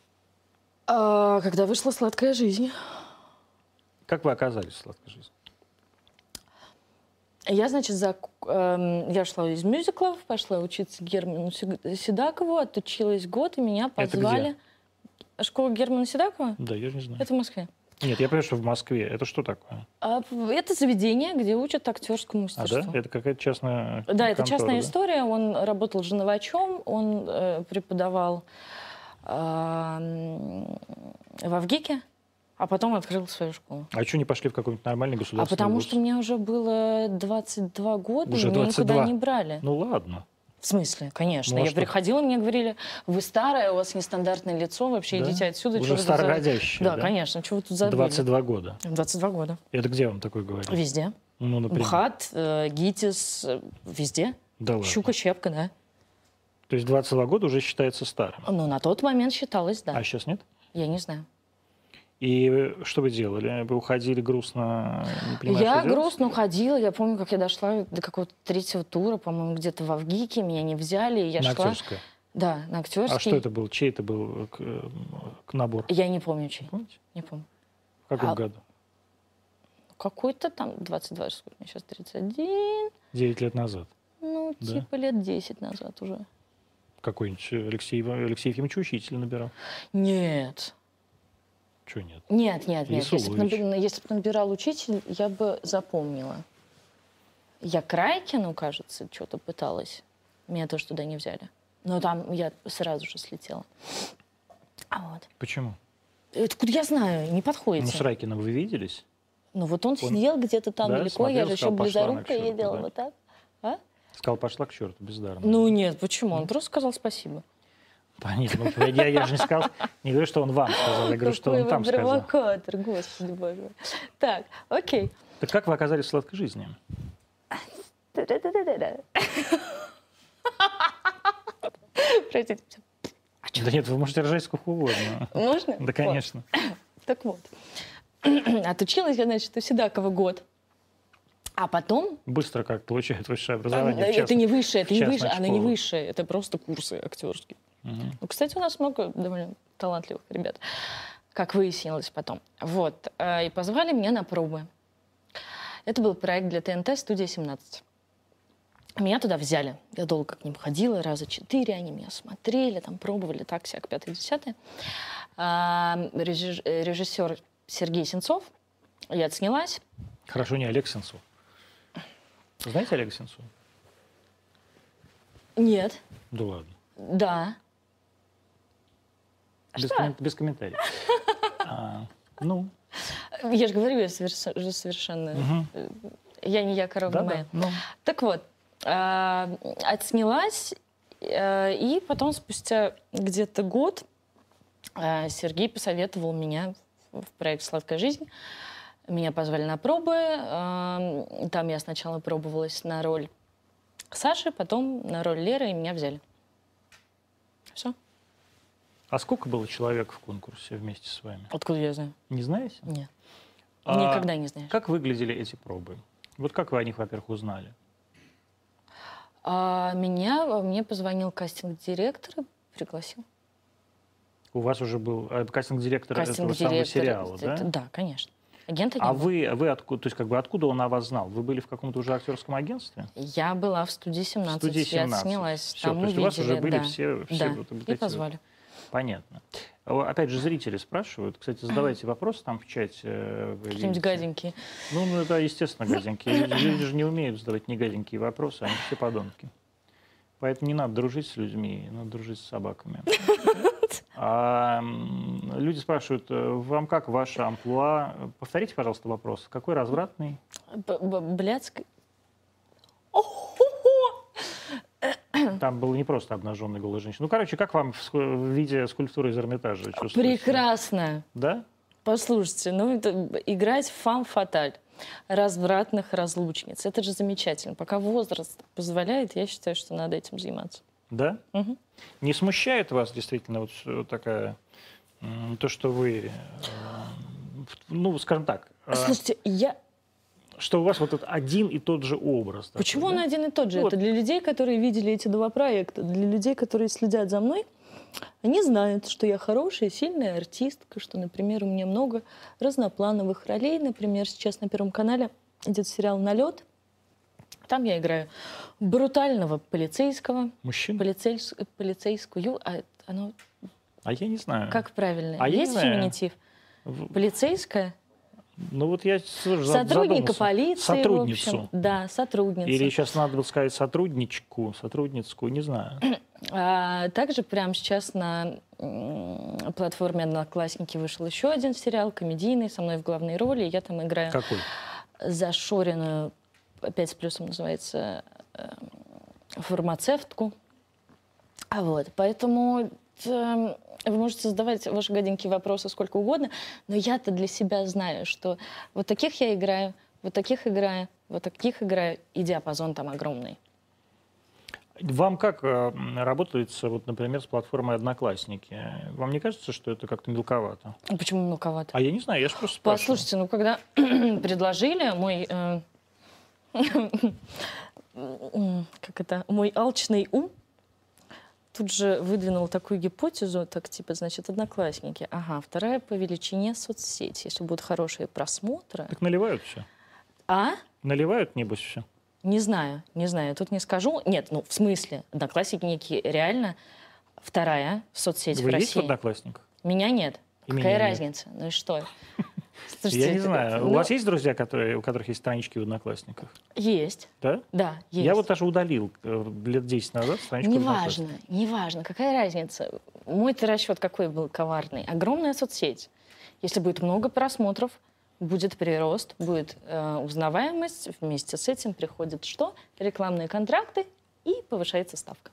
А, когда вышла сладкая жизнь. Как вы оказались в сладкой жизни? Я, значит, зак- эм, я шла из мюзиклов, пошла учиться Герману Сиг- Седакову, отучилась год, и меня Это где? позвали. Школа Германа Седакова? Да, я же не знаю. Это в Москве. Нет, я понимаю, что в Москве. Это что такое? А, п- это заведение, где учат актерскому А, мастерству. да? Это какая-то частная Да, это контора, частная да? история. Он работал женовачом, он э, преподавал э, м, в Авгике, а потом открыл свою школу. А что не пошли в какой-нибудь нормальный А государственный потому вуз? что мне уже было 22 года, Уже и меня 22. никуда не брали. Ну ладно. В смысле? Конечно. Ну, а я что? приходила, мне говорили, вы старая, у вас нестандартное лицо, вообще Да? идите отсюда. чё Уже вы тут за- старородящие, Да, конечно, чего вы тут забыли? 22 года. 22 года. Это где вам такое говорили? Везде. Ну, например. МХАТ, э, ГИТИС, э, везде. Да ладно. Щука, щепка, да. То есть 22 года уже считается старым. Ну, на тот момент считалось, да. А сейчас нет? Я не знаю. И что вы делали? Вы уходили грустно, не понимая, я что делать? грустно уходила. Я помню, как я дошла до какого-то третьего тура, по-моему, где-то в Авгике. Меня не взяли. и Я На шла. актерское. Да, на актерский. А что это был? Чей это был э, к- э, к- набор? Я не помню, чей. Помните? Не помню. В каком Э, А- году? Какой-то там 22, сколько мне сейчас, 31. 9 лет назад. Ну, Да. типа лет 10 назад уже. Какой-нибудь Алексей, Ива- Алексей Ефимович учитель набирал. Нет. Чего нет? Нет, нет, нет. Если бы Ясулович. набирал учитель, я бы запомнила. Я Крайкину, кажется, что-то пыталась. Меня тоже туда не взяли. Но там я сразу же слетела. А вот. Почему? Откуда я знаю, не подходите. Ну, с Райкиным вы виделись? Ну вот он, сидел где-то там Да, далеко, смотрел, я же еще сказал, «Пошла она к близорукая черту», ездила да. вот так. А? Сказал, пошла к черту, бездарно. Ну нет, почему? Он просто сказал спасибо. Понятно. Ну, я, я же не сказал, не говорю, что он вам сказал, я говорю, что Какой он вы там сказал. провокатор, господи боже мой. Так, окей. Так как вы оказались в сладкой жизни? Та-да-да-да-да. <laughs> Простите. А Да нет, вы можете ржать сколько угодно. Можно? Да, конечно. Вот, Так вот. <clears throat> Отучилась я, значит, у Седакова год. А потом... Быстро как получают высшее там, образование. в это не высшее, в это не частную высшее, она не школу. высшее, это просто курсы актерские. частном. Мгм. Ну, кстати, у нас много довольно талантливых ребят, как выяснилось потом. Вот. э, И позвали меня на пробы. Это был проект для ТНТ «Студия 17». Меня туда взяли. Я долго к ним ходила, раза четыре. Они меня смотрели, там пробовали, так, сяк, пятое, десятое. А, режи- э, Режиссер Сергей Сенцов. Я отснялась. Хорошо, не Олег Сенцов. Вы Знаете Олега Сенцова? Нет. Да ладно. Да. Без, А Что? коммен- без <laughs> комментариев. А, ну, Я же говорю, я соверш- же совершенно... мгм. Я не я, корова да, не моя. да, ну. Так вот, а, отснялась, э, и потом спустя где-то год а, Сергей посоветовал меня в в проект «Сладкая жизнь». Меня позвали на пробы. а, Там я сначала пробовалась на роль Саши, потом на роль Леры, и меня взяли. Все. А сколько было человек в конкурсе вместе с вами? Откуда я знаю? Не знаете? Нет. А Никогда не знаешь. Как выглядели эти пробы? Вот как вы о них, во-первых, узнали? А меня, мне позвонил кастинг-директор и пригласил. У вас уже был э, кастинг-директор этого самого Кастинг-директор. сериала, да? Это- Да, конечно. Агент А агент. вы, вы откуда, то есть как бы откуда он о вас знал? Вы были в каком-то уже актерском агентстве? Я была в студии 17, В студии я 17. снялась. Все, то есть у вас уже были все, все да. вот и эти вот- позвали. Понятно. О, Опять же, зрители спрашивают. Кстати, <clears throat> задавайте вопрос там в чате. вы Какие-нибудь видите. гаденькие. Ну, ну, да, естественно, гаденькие. Люди, люди же не умеют задавать негаденькие вопросы, они все подонки. Поэтому не надо дружить с людьми, надо дружить с собаками. А, м, люди спрашивают, э, вам как ваша амплуа? Повторите, пожалуйста, вопрос. Какой развратный? Б- б- Блядск. Там было не просто обнаженная голая женщина. Ну, короче, как вам в, ску- в виде скульптуры из Эрмитажа чувствуется? Прекрасно. Да? Послушайте, ну это б- играть в фам фаталь развратных разлучниц. Это же замечательно. Пока возраст позволяет, я считаю, что надо этим заниматься. Да? Мгм. Не смущает вас действительно вот э, такая м, то, что вы, э, в- ну, скажем так, э, Слушайте, я... что у вас вот этот один и тот же образ. такой, да? почему он один и тот же? Ну это для людей, которые видели эти два проекта, для людей, которые следят за мной. Они знают, что я хорошая, сильная артистка, что, например, у меня много разноплановых ролей. Например, сейчас на Первом канале идет сериал «Налет». Там я играю брутального полицейского, Мужчина? Полицейс- полицейскую, а оно А я не знаю. как правильно? А я не Есть знаю. феминитив? В- Полицейская? Ну вот я слушай, за- Сотрудника задумался. полиции, в Сотрудницу. общем. Да, сотрудница. Или сейчас надо было сказать сотрудничку, сотрудницку, не знаю. А также прямо сейчас на м, платформе «Одноклассники» вышел еще один сериал, комедийный, со мной в главной роли. Я там играю Какой? зашоренную, опять с плюсом называется, э, фармацевтку. А вот, поэтому э, вы можете задавать ваши гаденькие вопросы сколько угодно, но я-то для себя знаю, что вот таких я играю, вот таких играю, вот таких играю, и диапазон там огромный. Вам как э, м, работается, вот, например, с платформой Одноклассники? Вам не кажется, что это как-то мелковато? Ну, Почему мелковато? А я не знаю, я же просто спрашиваю. Послушайте, ну когда <clears throat> предложили, мой э, <laughs> м, как это, мой алчный ум тут же выдвинул такую гипотезу, так типа, значит, одноклассники. Ага, вторая по величине соцсети. Если будут хорошие просмотры, Так наливают все? а Наливают, небось, все? не знаю, не знаю, тут не скажу. Нет, ну в смысле, одноклассники реально вторая соцсеть Вы в есть в России. Одноклассниках? Меня нет. И Какая меня нет. разница? Ну <laughs> и что? Я не Слушайте, знаю. У ну, вас есть друзья, которые, у которых есть странички в Одноклассниках? Есть, Да? да, есть. Я вот даже удалил э, лет 10 назад страничку в Одноклассниках. Неважно, неважно, какая разница. Мой-то расчет какой был коварный. Огромная соцсеть. Если будет много просмотров, будет прирост, будет э, узнаваемость. Вместе с этим приходит что? Рекламные контракты и повышается ставка.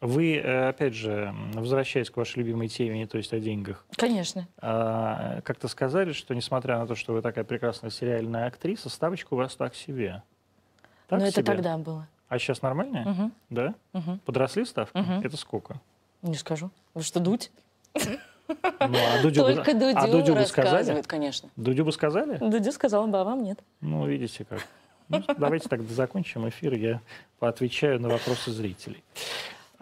Вы, э, опять же, м, возвращаясь к вашей любимой теме, не то есть о деньгах, Конечно. а, как-то сказали, что несмотря на то, что вы такая прекрасная сериальная актриса, ставочка у вас так себе. Так себе. Но Ну, это тогда было. А сейчас нормальная? Мгм, Да? мгм. Подросли ставки? Мгм. Это сколько? Не скажу. Вы что, дуть? Ну, а Дудю, бы- Только Дудю, а Дудю бы рассказывает, сказали? конечно. Дудю бы сказали? Дудю сказала бы, а вам нет. Ну, видите как. Ну, <laughs> давайте тогда закончим эфир, я поотвечаю на вопросы зрителей.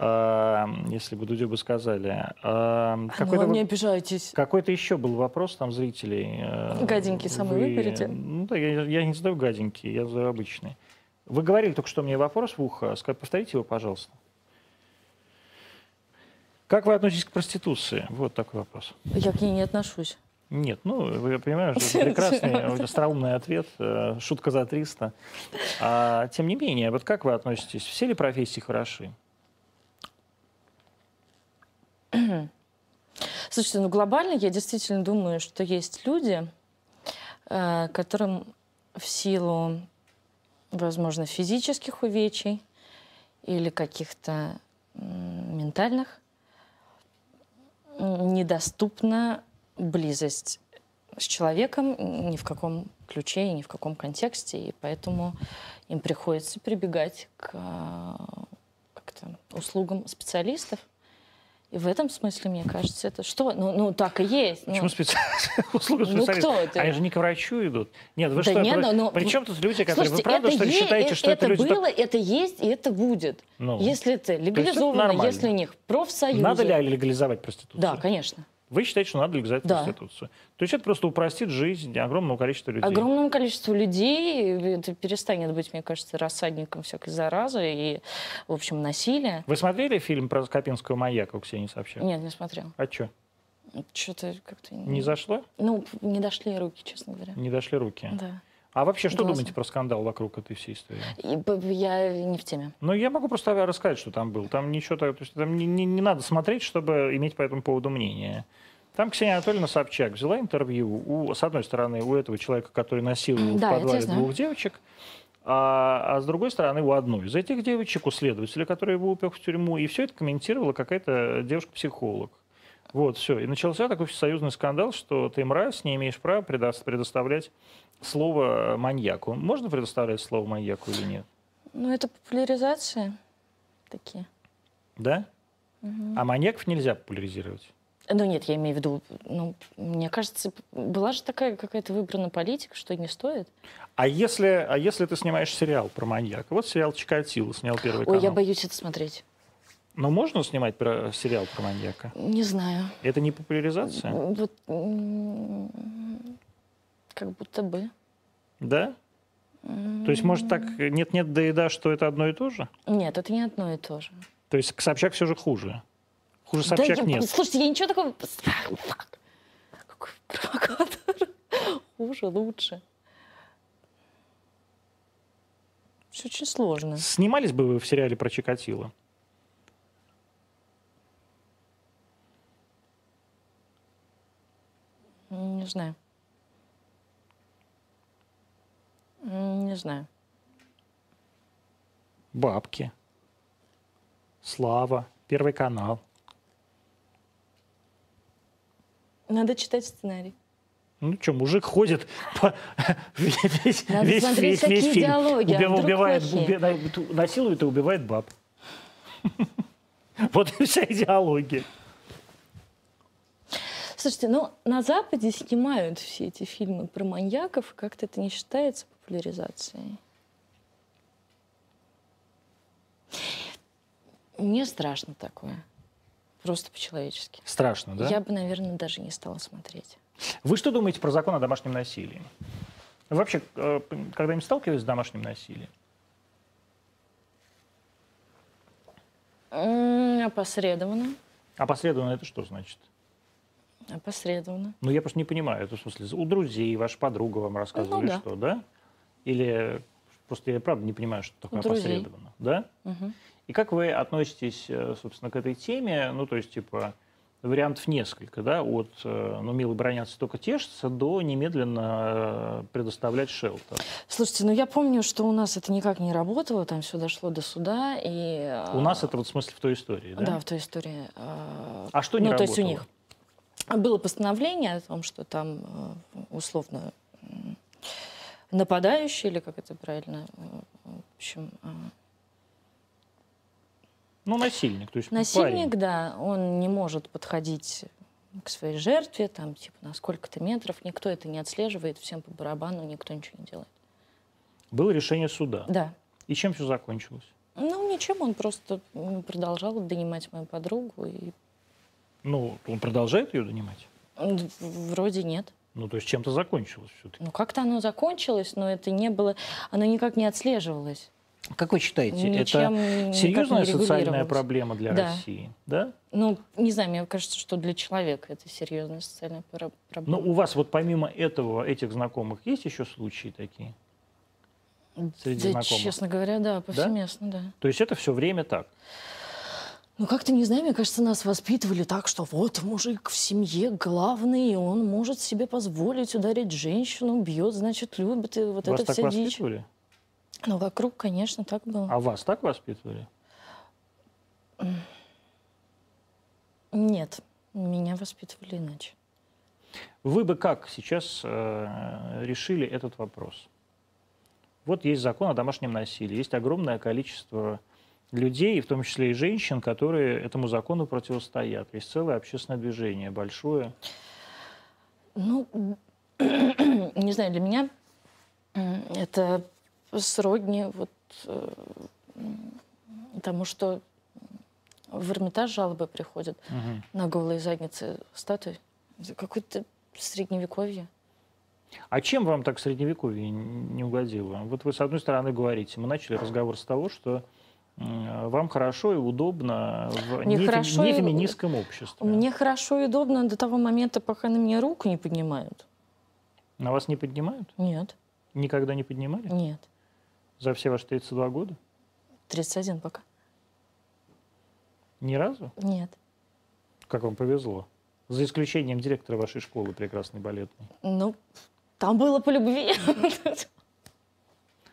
А, Если бы Дудю бы сказали. А, ну, Какой-то вы... вот- не обижайтесь. Какой-то еще был вопрос там зрителей. Э, Гаденький самый выберите. Ну да, я, я не задаю гаденький, я задаю обычный. Вы говорили только что мне вопрос в ухо. Ска- Повторите его, пожалуйста. Как вы относитесь к проституции? Вот такой вопрос. Я к ней не отношусь. Нет, ну, вы- я понимаю, что <laughs> это прекрасный, остроумный ответ, э, шутка за 300. А, тем не менее, вот как вы относитесь? Все ли профессии хороши? Слушайте, ну глобально я действительно думаю, что есть люди, э, которым в силу, возможно, физических увечий или каких-то м, ментальных м, недоступна близость с человеком ни в каком ключе и ни в каком контексте, и поэтому им приходится прибегать к э, как-то услугам специалистов. И в этом смысле, мне кажется, это что? Ну, ну так и есть. Ну, Почему специ- <laughs> услуга Ну, специалиста? кто это? Они же не к врачу идут. Нет, вы Да что? нет, про- но- При чем тут люди, которые... слушайте, вы правда, это что ли, е- считаете, э- что это, люди... так- было, это есть и это будет. Ну, Если это это легализовано, нормально. если у них профсоюзы. Надо ли легализовать проституцию? Да, конечно. Вы считаете, что надо легализовать Да. проституцию. То есть это просто упростит жизнь огромного количества людей. Огромному количеству людей э, это перестанет быть, мне кажется, рассадником всякой заразы и, в общем, насилия. Вы смотрели фильм про Скопинского маяка у Ксении Собчак? Нет, не смотрел. А что, Что-то как-то... не зашло? Ну, не дошли руки, честно говоря. Не дошли руки? Да. А вообще, что Глаза. думаете про скандал вокруг этой всей истории? И б- б- я не в теме. Ну, я могу просто рассказать, что там был. Там ничего так- то есть там не, не- не надо смотреть, чтобы иметь по этому поводу мнение. Там Ксения Анатольевна Собчак взяла интервью, у, с одной стороны, у этого человека, который насиловал Да, это в я подвале знаю. двух девочек, а, а с другой стороны, у одной из этих девочек, у следователя, который его упек в тюрьму, и все это комментировала какая-то девушка-психолог. Вот, все. И начался такой всесоюзный скандал, что ты мразь, не имеешь права предо- предоставлять слово маньяку. Можно предоставлять слово маньяку или нет? Ну, это популяризации такие. Да? Мгм. А маньяков нельзя популяризировать. Ну, нет, я имею в виду, ну, мне кажется, п- была же такая какая-то выбрана политика, что не стоит. А если, а если ты снимаешь сериал про маньяка? Вот сериал «Чикатило» снял первый Ой, канал. я боюсь это смотреть. Но можно снимать про- сериал про маньяка? Не знаю. Это не популяризация? М, Вот, м, как будто бы. Да? То есть, может, так нет-нет, да и да, что это одно и то же? Нет, это не одно и то же. То есть к Собчак все же хуже. Хуже Да Собчак я- нет. Слушайте, я ничего такого... Фак. Какой провокатор. Хуже, лучше. Все очень сложно. Снимались бы вы в сериале про Чикатило? М, Не знаю. М, Не знаю. Бабки. Слава. Первый канал. Надо читать сценарий. Ну что, мужик ходит <laughs> по- весь, весь- Надо весь- весь- смотреть, весь какие фильм. диалоги, а Уби- вдруг убивает, плохие? уби- ту- насилует и убивает баб. <laughs> Вот и вся идеология. Слушайте, ну на Западе снимают все эти фильмы про маньяков, и как-то это не считается популяризацией. Мне страшно такое. Просто по-человечески. Страшно, да? Я бы, наверное, даже не стала смотреть. Вы что думаете про закон о домашнем насилии? Вы вообще э, п- когда-нибудь сталкивались с домашним насилием? М, Опосредованно. Опосредованно это что значит? Опосредованно. Ну, я просто не понимаю. Это в смысле у друзей, ваша подруга вам рассказывала, Ну да. что, да? Или просто я правда не понимаю, что такое У друзей. опосредованно, да? Мгм. И как вы относитесь, э, собственно, к этой теме? Ну, то есть, типа, вариантов несколько, да, от, э, ну, милый бронятся только тешится, до немедленно э, предоставлять шелтер. Слушайте, ну я помню, что у нас это никак не работало, там все дошло до суда, и... а, У нас это вот в смысле в той истории, да? Да, в той истории. а, А что не ну, то есть у работало? них было постановление о том, что там э, условно м, нападающий, или как это правильно, э, в общем, э, Ну, насильник, то есть парень. насильник, да, он не может подходить к своей жертве, там, типа, на сколько-то метров, никто это не отслеживает, всем по барабану, никто ничего не делает. Было решение суда. Да. И чем все закончилось? Ну, ничем, он просто м, продолжал донимать мою подругу, и Ну, он продолжает ее донимать? м, вроде нет. Ну, то есть чем-то закончилось все-таки. Ну, как-то оно закончилось, но это не было, оно никак не отслеживалось. Как вы считаете, Ничем это никак серьезная не социальная регулировалось. проблема для Да. России, да? Ну, не знаю, мне кажется, что для человека это серьезная социальная пора- Но проблема. Ну, у вас вот помимо этого, этих знакомых, есть еще случаи такие? Ну, среди Да, знакомых. честно говоря, да, повсеместно, да? То есть это все время так. Ну, как-то, не знаю, мне кажется, нас воспитывали так, что вот мужик в семье главный, и он может себе позволить ударить женщину, бьет, значит, любит, и вот вас это так все дичь. воспитывали? Ну, вокруг, конечно, так было. А вас так воспитывали? Нет, меня воспитывали иначе. Вы бы как сейчас э, решили этот вопрос? Вот есть закон о домашнем насилии, есть огромное количество людей, в том числе и женщин, которые этому закону противостоят. Есть целое общественное движение, большое. Ну, <clears throat> не знаю, для меня м, это сродни вот э, м, тому, что В Эрмитаж жалобы приходят Мгм. на голые задницы статуи. Это Какое-то средневековье. А чем вам так средневековье н- не угодило? Вот вы, с одной стороны, говорите, мы начали разговор с того, что м, вам хорошо и удобно в Мне нефе- хорошо и- нефеминистском обществе. Мне хорошо и удобно до того момента, пока на меня руку не поднимают. На вас не поднимают? Нет, Никогда не поднимали? нет. За все ваши 32 года? 31 пока. Ни разу? Нет. Как вам повезло. За исключением директора вашей школы прекрасной балетной. Ну, там было по любви.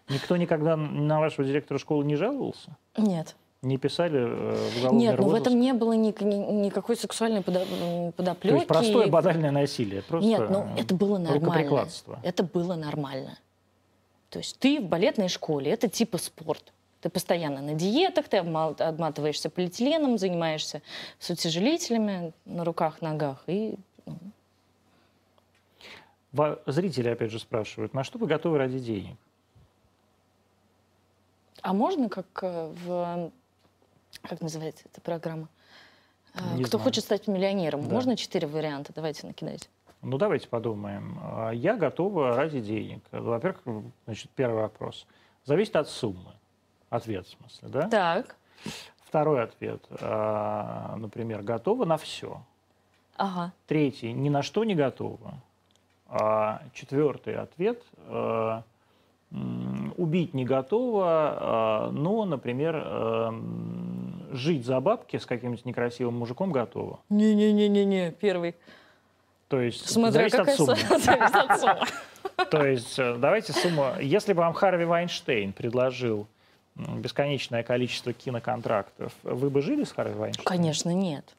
Никто никогда н- на вашего директора школы не жаловался? Нет. Не писали э, в уголовный Нет, ну в розыск? этом не было ни- ни- никакой сексуальной подо- м, То подоплеки. есть простое банальное насилие. Просто Нет, ну это было э, нормально. рукоприкладство. Это было нормально. То есть ты в балетной школе, это типа спорт. Ты постоянно на диетах, ты обма- обматываешься полиэтиленом, занимаешься с утяжелителями на руках, ногах. И Ва- Зрители, опять же, спрашивают, на что вы готовы ради денег? А можно, как э, в... Как называется эта программа? Э, Не Кто знаю. хочет стать миллионером? Да. Можно четыре варианта? Давайте накидайте. Ну, давайте подумаем. А, Я готова ради денег. Во-первых, значит, первый вопрос. Зависит от суммы. Ответ, в смысле, да? Так. Второй ответ. а, Например, готова на все. Ага. Третий. Ни на что не готова. А, Четвертый ответ. а, м, Убить не готова, а, но, например, эм, жить за бабки с каким-нибудь некрасивым мужиком готова. Не-не-не-не-не, первый. То есть Смотря зависит какая от суммы. сумма. <laughs> Зависит от суммы. То есть э, давайте сумму. Если бы вам Харви Вайнштейн предложил м, бесконечное количество киноконтрактов, вы бы жили с Харви Вайнштейном? Конечно, нет.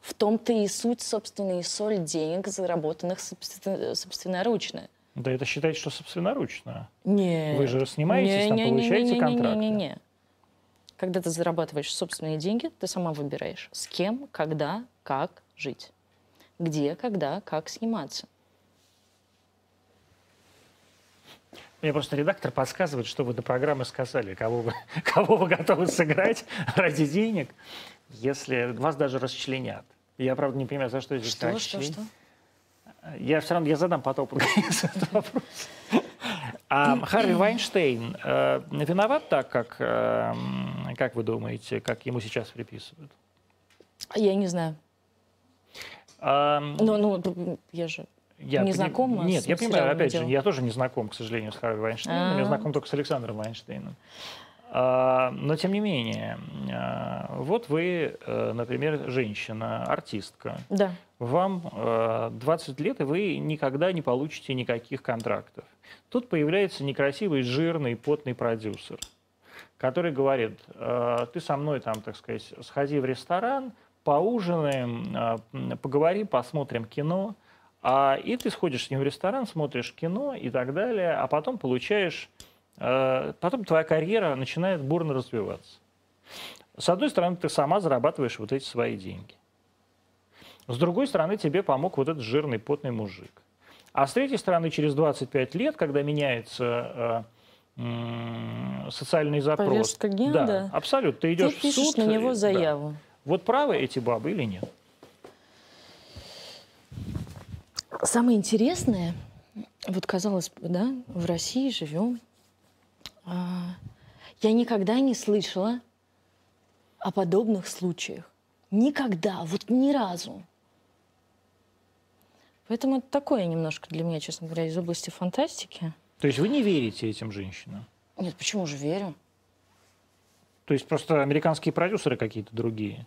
В том-то и суть, собственно, и соль денег, заработанных собствен- собственноручно. Да это считайте, что собственноручно. Не. Вы же снимаетесь, там получаете контракты. Не-не-не. Когда ты зарабатываешь собственные деньги, ты сама выбираешь, с кем, когда, как жить. Где, когда, как сниматься. Мне просто редактор подсказывает, что вы до программы сказали, кого вы, <laughs> кого вы готовы сыграть <laughs> ради денег, если вас даже расчленят. Я, правда, не понимаю, за что здесь Что, что, расчлен- что? Я все равно я задам потом <laughs> наконец, этот вопрос. А Харви Вайнштейн э, виноват так, как, э, м, как вы думаете, как ему сейчас приписывают? Я не знаю. Ам, Ну, ну, б- я же... я не пони- знакома Нет, с я понимаю, материалами опять же, дела. я тоже не знаком, к сожалению, с Харви Вайнштейном. Я А. знаком только с Александром Вайнштейном. А, но тем не менее, а, вот вы, э, например, женщина, артистка. Да. вам э, 20 лет, и вы никогда не получите никаких контрактов. Тут появляется некрасивый, жирный, потный продюсер, который говорит, э, ты со мной там, так сказать, сходи в ресторан, поужинаем, э, м, поговори, посмотрим кино, а, и ты сходишь с ним в ресторан, смотришь кино и так далее, а потом получаешь, э, потом твоя карьера начинает бурно развиваться. С одной стороны, ты сама зарабатываешь вот эти свои деньги. С другой стороны, тебе помог вот этот жирный, потный мужик. А с третьей стороны, через 25 лет, когда меняется э, м, социальный запрос... Повестка дня, да. Абсолютно. Ты Ты идешь в пишешь суд... на и- него да. заяву. Вот правы эти бабы или нет? Самое интересное, вот казалось бы, да, в России живем. а, я никогда не слышала о подобных случаях. Никогда, вот ни разу. Поэтому это такое немножко для меня, честно говоря, из области фантастики. То есть вы не верите этим женщинам? Нет, почему же верю? То есть просто американские продюсеры какие-то другие?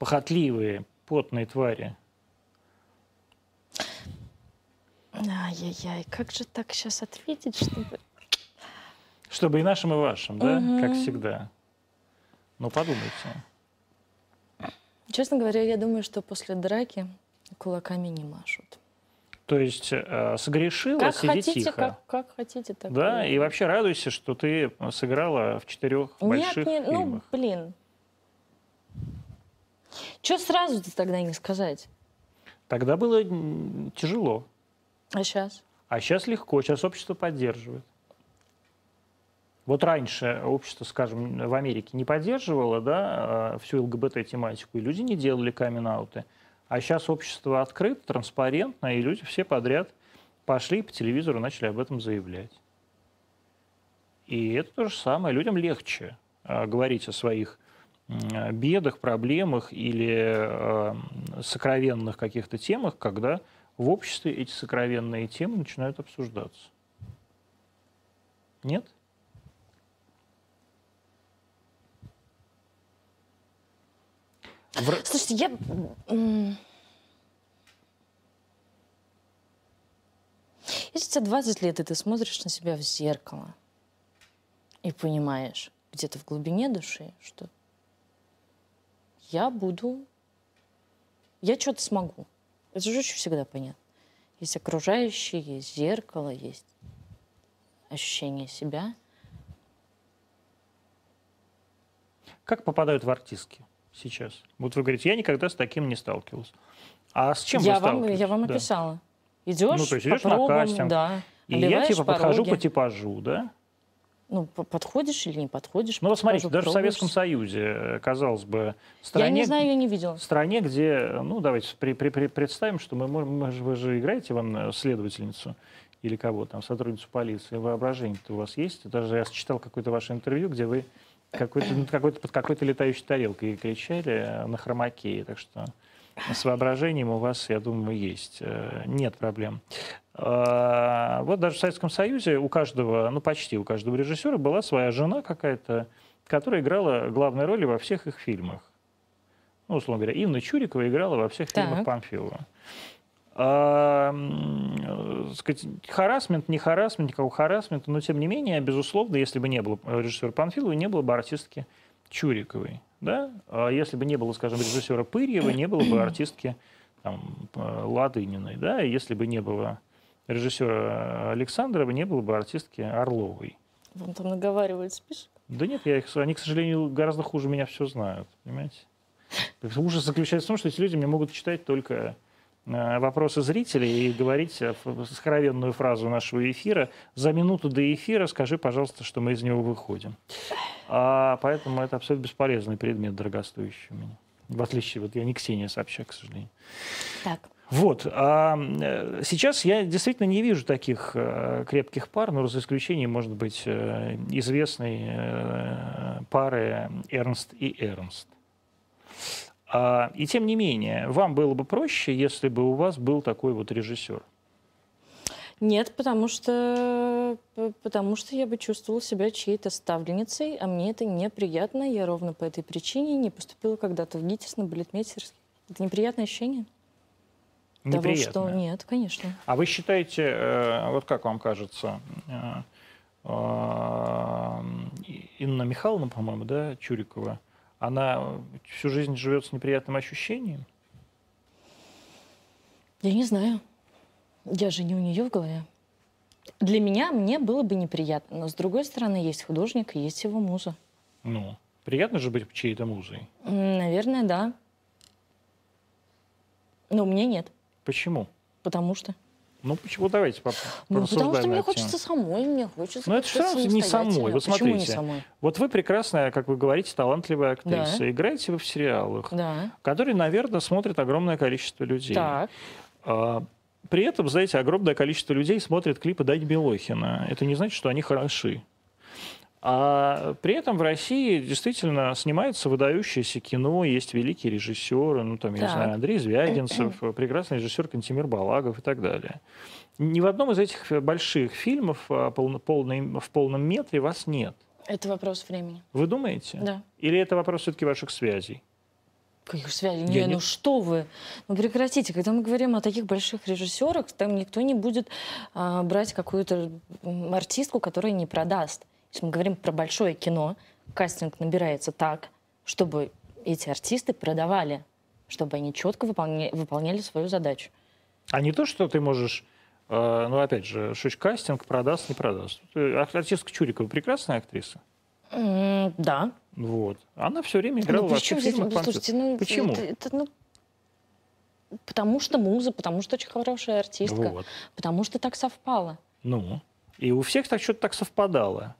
Похотливые, потные твари. Ай-яй-яй, как же так сейчас ответить, чтобы... Чтобы и нашим, и вашим, да? Мгм. Как всегда. Ну, подумайте. Честно говоря, я думаю, что после драки кулаками не машут. То есть э, согрешила, Как сиди хотите, тихо. как, как хотите, так Да, и- и вообще радуйся, что ты сыграла в четырех больших Нет, не, ну, фильмах. блин. Че сразу-то тогда не сказать? Тогда было м, тяжело, А сейчас? а сейчас легко, сейчас общество поддерживает. Вот раньше общество, скажем, в Америке не поддерживало да, э, всю ЛГБТ-тематику, и люди не делали камин-ауты. А сейчас общество открыто, транспарентно, и люди все подряд пошли и по телевизору начали об этом заявлять. И это то же самое. Людям легче э, говорить о своих м, бедах, проблемах или э, сокровенных каких-то темах, когда в обществе эти сокровенные темы начинают обсуждаться. Нет? В р- Слушайте, я... м, Если тебе 20 лет, и ты смотришь на себя в зеркало и понимаешь где-то в глубине души, что я буду... Я что-то смогу. Это же очень всегда понятно. Есть окружающие, есть зеркало, есть ощущение себя. Как попадают в артистки сейчас? Вот вы говорите, я никогда с таким не сталкивался. А с чем я, вы вам, э, я вам сталкиваетесь? Да. описала. Идешь, Ну, то есть по идешь на пробам, кастинг, да, И я обливаешь типа подхожу пороги. по типажу, да? Ну, п- подходишь или не подходишь? Ну вот смотрите, подхожу, даже в Советском пробуешь. Союзе, э, казалось бы, Я не стране, знаю, я не видела. стране, где, ну давайте при- при- при- представим, что мы, можем- мы же- вы же играете вам э, следовательницу или кого там, сотрудницу полиции, воображение-то у вас есть? Даже я читал какое-то ваше интервью, где вы какой-то, ну, какой-то, под какой-то летающей тарелкой кричали э, на хромакее, так что с воображением у вас, я думаю, есть. э, Нет проблем. Э, Вот даже в Советском Союзе у каждого, ну почти у каждого режиссера была своя жена какая-то, которая играла главные роли во всех их фильмах. Ну, условно говоря, Инна Чурикова играла во всех фильмах Так. Памфилова. А, м, э, сказать, харасмент, не харасмент, никакого харасмента, но тем не менее, безусловно, если бы не было э, режиссера Панфилова, не было бы артистки Чуриковой. Да? А если бы не было, скажем, режиссера Пырьева, не было бы артистки там, э, Ладыниной. Да? И Если бы не было режиссера Александрова, не было бы артистки Орловой. Вам там наговаривают список. Да нет, я их, с- они, к сожалению, гораздо хуже меня все знают, понимаете? То есть Ужас заключается в том, что эти люди мне могут читать только э, вопросы зрителей и говорить э, ф- сокровенную фразу нашего эфира «За минуту до эфира скажи, пожалуйста, что мы из него выходим». А, поэтому это абсолютно бесполезный предмет, дорогостоящий у меня. В отличие, вот я не Ксения Собчак, к сожалению. Так, Вот. а, э, сейчас я действительно не вижу таких э, крепких пар, но за исключением, может быть, э, известной э, пары Эрнст и Эрнст. А, и тем не менее, вам было бы проще, если бы у вас был такой вот режиссер. нет, потому что, п- потому что я бы чувствовала себя чьей-то ставленницей, а мне это неприятно. Я ровно по этой причине не поступила когда-то в ГИТИС на балетмейстерский. Это неприятное ощущение? Неприятно. Того, что нет, конечно. А вы считаете, э, вот как вам кажется, э, э, Инна Михайловна, по-моему, да, Чурикова, она всю жизнь живет с неприятным ощущением? Я не знаю. Я же не у нее в голове. Для меня мне было бы неприятно, но с другой стороны есть художник и есть его муза. Ну, приятно же быть чьей-то музой. М, Наверное, да. Но мне нет, Почему? потому что. Ну, почему? Давайте поп- Ну, порассуждаем потому что на мне эту тему. хочется самой, мне хочется. Ну, это как-то всё равно не самостоятельно. самой. Вот Почему не смотрите. самой? Вот вы прекрасная, как вы говорите, талантливая актриса. Да. Играете вы в сериалах, Да. которые, наверное, смотрит огромное количество людей. Так. А, при этом, знаете, огромное количество людей смотрит клипы Дани Милохина. Это не значит, что они хороши. А при этом в России действительно снимается выдающееся кино, есть великие режиссеры, ну там, я не Так. знаю, Андрей <clears throat> Звягинцев, прекрасный режиссер Кантимир Балагов и так далее. Ни в одном из этих э, больших фильмов а, полно- полной- в полном метре вас нет. Это вопрос времени. Вы думаете? Да. Или это вопрос все-таки ваших связей? Каких связей? Я Не, не- ну что вы? Ну прекратите. Когда мы говорим о таких больших режиссерах, там никто не будет а, брать какую-то м, артистку, которая не продаст. Если мы говорим про большое кино, кастинг набирается так, чтобы эти артисты продавали, чтобы они четко выполня- выполняли свою задачу. А не то, что ты можешь, э, ну опять же, шучкастинг продаст, не продаст. Э, ар- Артистка Чурикова прекрасная актриса. М, Да. Вот. Она все время играла Ну, во при всех чем здесь, фильмах. «Панфилов». слушайте, ну, Почему? это- это, ну, потому что муза, потому что очень хорошая артистка, Вот. потому что так совпало. Ну. И у всех так что-то так совпадало.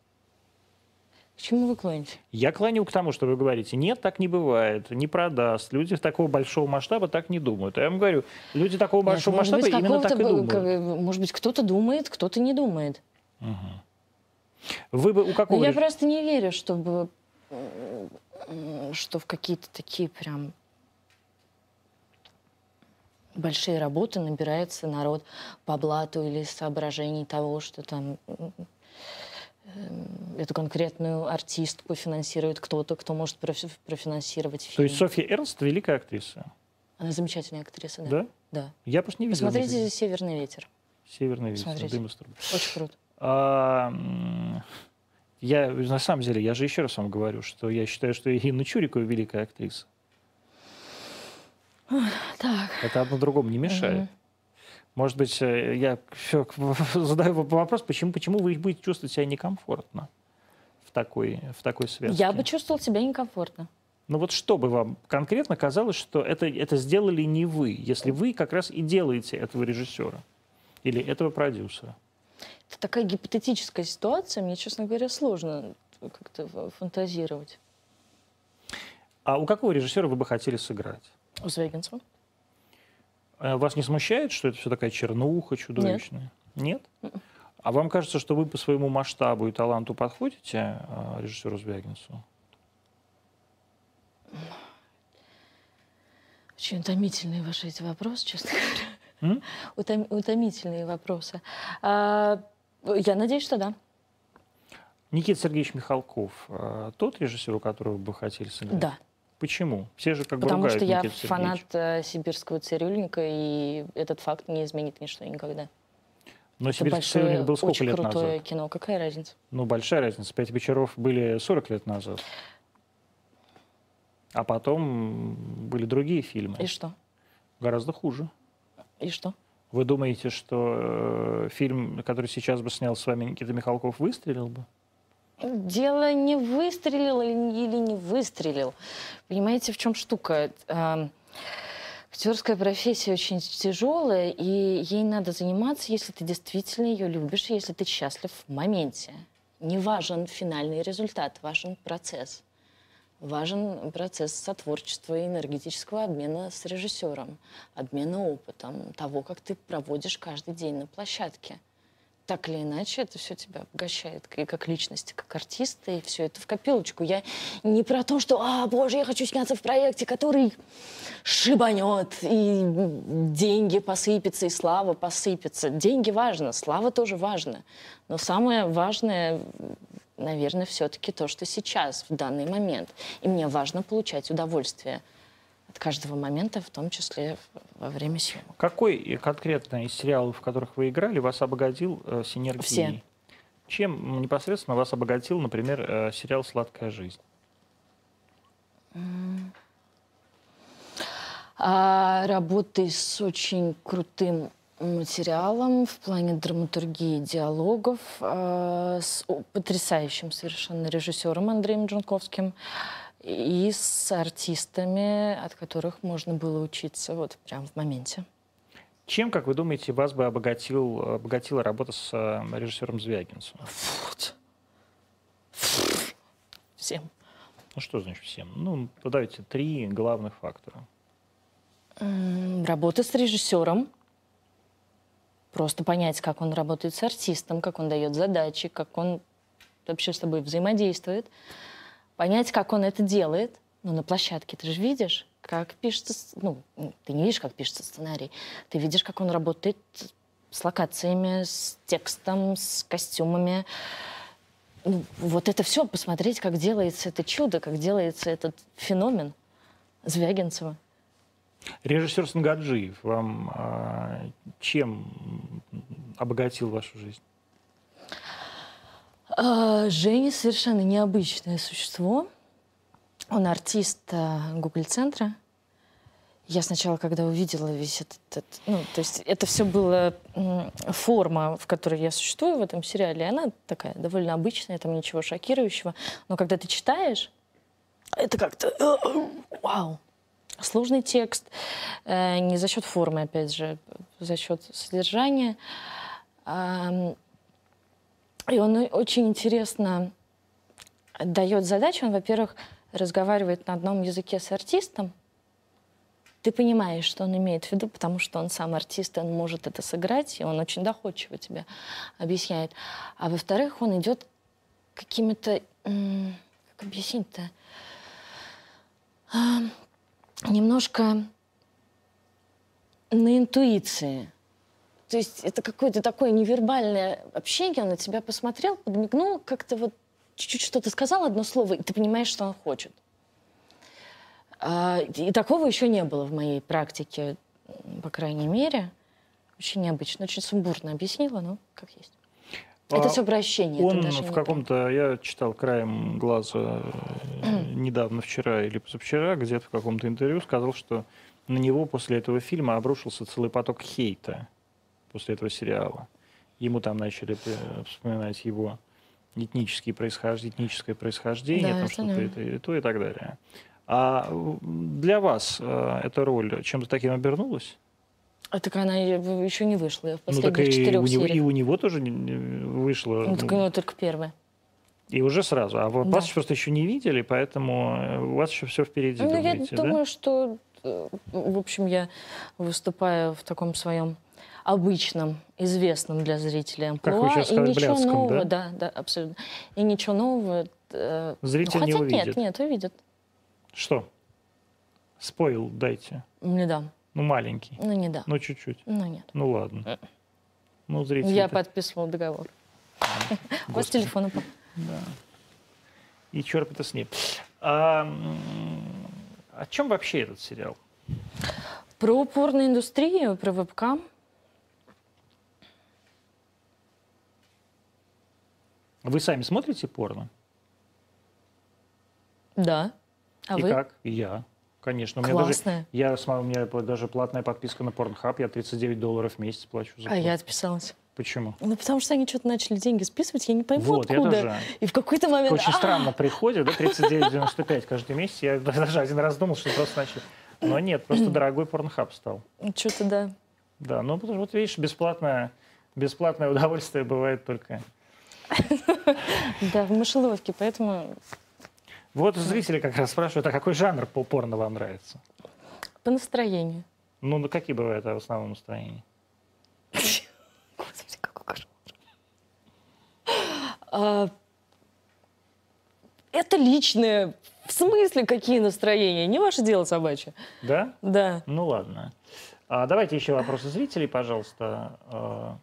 К чему вы клоните? Я клоню к тому, что вы говорите, нет, так не бывает, не продаст. Люди такого большого масштаба так не думают. А я вам говорю, люди такого большого Нет, может масштаба быть, именно так и какого-то бы- думают. как- Может быть, кто-то думает, кто-то не думает. Вы бы у Но какого... Ну, я режим- просто не верю, чтобы м, м, что в какие-то такие прям большие работы набирается народ по блату или из соображений того, что там м, м, эту конкретную артистку финансирует кто-то, кто может профи- профинансировать фильм. То есть Софья Эрнст великая актриса, Она замечательная актриса, да? да? Да. Я просто не видел. Посмотрите никогда. «Северный ветер». Северный ветер, Смотрите. дым из трубы. Очень круто. А, м, я, на самом деле, я же еще раз вам говорю, что я считаю, что Инна Чурикова великая актриса. Так. Это одно другому не мешает. Мгм. Может быть, э, я все <laughs> задаю воп- вопрос, почему, почему вы будете чувствовать себя некомфортно в такой, в такой связке? Я бы чувствовал себя некомфортно. Ну вот что бы вам конкретно казалось, что это, это сделали не вы, если вы как раз и делаете этого режиссера или этого продюсера? Это такая гипотетическая ситуация, мне, честно говоря, сложно как-то ф- фантазировать. А у какого режиссера вы бы хотели сыграть? У Звягинцева? Э, Вас не смущает, что это все такая чернуха чудовищная? Нет. А вам кажется, что вы по своему масштабу и таланту подходите э, режиссеру Звягинцу? Очень утомительные ваши эти вопросы, честно говоря. М? Утом- утомительные вопросы. А, я надеюсь, что да. Никита Сергеевич Михалков, э, тот режиссер, у которого вы бы хотели сыграть? Да. Почему? Все же как бы Потому ругают что я Никиту Сергеевича. фанат э, сибирского цирюльника, и этот факт не изменит ничто и никогда. Но Это «Сибирский большое, цирюльник» был сколько очень лет крутое назад? кино. Какая разница? Ну, большая разница. «Пять вечеров» были 40 лет назад. А потом были другие фильмы. И что? Гораздо хуже. И что? Вы думаете, что э, фильм, который сейчас бы снял с вами Никита Михалков, выстрелил бы? Дело не выстрелил или или не выстрелил. Понимаете, в чем штука? Эм, Актерская профессия очень тяжелая, и ей надо заниматься, если ты действительно ее любишь, если ты счастлив в моменте. Не важен финальный результат, важен процесс. Важен процесс сотворчества и энергетического обмена с режиссером, обмена опытом, того, как ты проводишь каждый день на площадке так или иначе, это все тебя обогащает и как личность, и как артиста, и все это в копилочку. Я не про то, что, а, боже, я хочу сняться в проекте, который шибанет, и деньги посыпятся, и слава посыпется. Деньги важно, слава тоже важно. Но самое важное, наверное, все-таки то, что сейчас, в данный момент. И мне важно получать удовольствие от каждого момента, в том числе во время съемок. Какой э, конкретно из сериалов, в которых вы играли, вас обогатил э, синергией? Все. Чем м, непосредственно вас обогатил, например, э, сериал «Сладкая жизнь»? А, работы с очень крутым материалом в плане драматургии диалогов, а, с о- потрясающим совершенно режиссером Андреем Джунковским и с артистами, от которых можно было учиться вот прям в моменте. Чем, как вы думаете, вас бы обогатил, обогатила работа с э, режиссером Звягинцем? Всем. Ну что значит всем? Ну, давайте три главных фактора. М, Работа с режиссером. Просто понять, как он работает с артистом, как он дает задачи, как он вообще с тобой взаимодействует. Понять, как он это делает. Ну, на площадке ты же видишь, как пишется... с- Ну, м, ты не видишь, как пишется сценарий. Ты видишь, как он работает с локациями, с текстом, с костюмами. Ну, вот это все, посмотреть, как делается это чудо, как делается этот феномен Звягинцева. Режиссер Сангаджиев вам а, чем м, обогатил вашу жизнь? А, Женя совершенно необычное существо. Он артист а, Google-центра. Я сначала, когда увидела весь этот, этот- ну, то есть это все было м, форма, в которой я существую в этом сериале, и она такая довольно обычная, там ничего шокирующего, но когда ты читаешь, это как-то э, вау. Сложный текст, э, не за счет формы, опять же, за счет содержания. Ам, и он о- очень интересно дает задачу, он, во-первых, разговаривает на одном языке с артистом, ты понимаешь, что он имеет в виду, потому что он сам артист, и он может это сыграть, и он очень доходчиво тебе объясняет. А во-вторых, он идет какими-то... м, Как объяснить-то? А, Немножко на интуиции. То есть это какое-то такое невербальное общение, он на тебя посмотрел, подмигнул, как-то вот чуть-чуть что-то сказал, одно слово, и ты понимаешь, что он хочет. А, И такого еще не было в моей практике, м, по крайней мере. Очень необычно, очень сумбурно объяснила, но как есть. А это все прощение. Он в каком-то, я читал краем глаза э, недавно, вчера или позавчера, где-то в каком-то интервью сказал, что на него после этого фильма обрушился целый поток хейта после этого сериала. Ему там начали э, вспоминать его этнические происхож... этническое происхождение, Да, там это что-то да. и то, и то, и так далее. А м, для вас э, эта роль чем-то таким обернулась? А так она еще не вышла я в последних Ну, и, четырех у него, и сериях. у него тоже не- не вышло. Ну, так у ну, него только первая. И уже сразу. А вы- Да. вас просто еще не видели, поэтому э, у вас еще все впереди, Ну, я думаете, да? думаю, что, э, в общем, я выступаю в таком своем обычном, известном для зрителя Как вы амплуа, сейчас и сказали, ничего блядском, нового, да? да, абсолютно. И ничего нового. э, Зритель ну, не хотя увидит. нет, нет, увидят. Что? Спойл дайте. Не дам. Ну, маленький. Ну, не дам. Ну, чуть-чуть. Ну, нет. Ну, ладно. Ну, зрители... Я подписывала договор. У вас телефона по- Да. И черт это с ним. А, м, о чем вообще этот сериал? Про порноиндустрию, про вебкам. Вы сами смотрите порно? Да. А И вы? как? И я. Конечно. У меня даже, Классная. я, смо- у меня даже платная подписка на Порнхаб. Я 39 долларов в месяц плачу за А я порно. отписалась. Почему? Ну, потому что они что-то начали деньги списывать, я не пойму, вот, я Ну, откуда. тоже. И в какой-то момент... Очень «А, странно приходит, да, 39,95 каждый месяц. Я <laughs> даже один раз думал, что просто значит. Но нет, просто дорогой порнхаб стал. Что-то да. Да, ну потому что, вот видишь, бесплатное, бесплатное <laughs> удовольствие бывает только. Да, в мышеловке, поэтому Вот зрители как раз спрашивают, а какой жанр по порно вам нравится? по настроению. Ну, ну, какие бывают а, в основном настроения? Господи, какой кошмар. А, Это личное. В смысле, какие настроения? Не ваше дело собачье. Да? Да. Ну ладно. А, давайте еще вопросы зрителей, пожалуйста. А,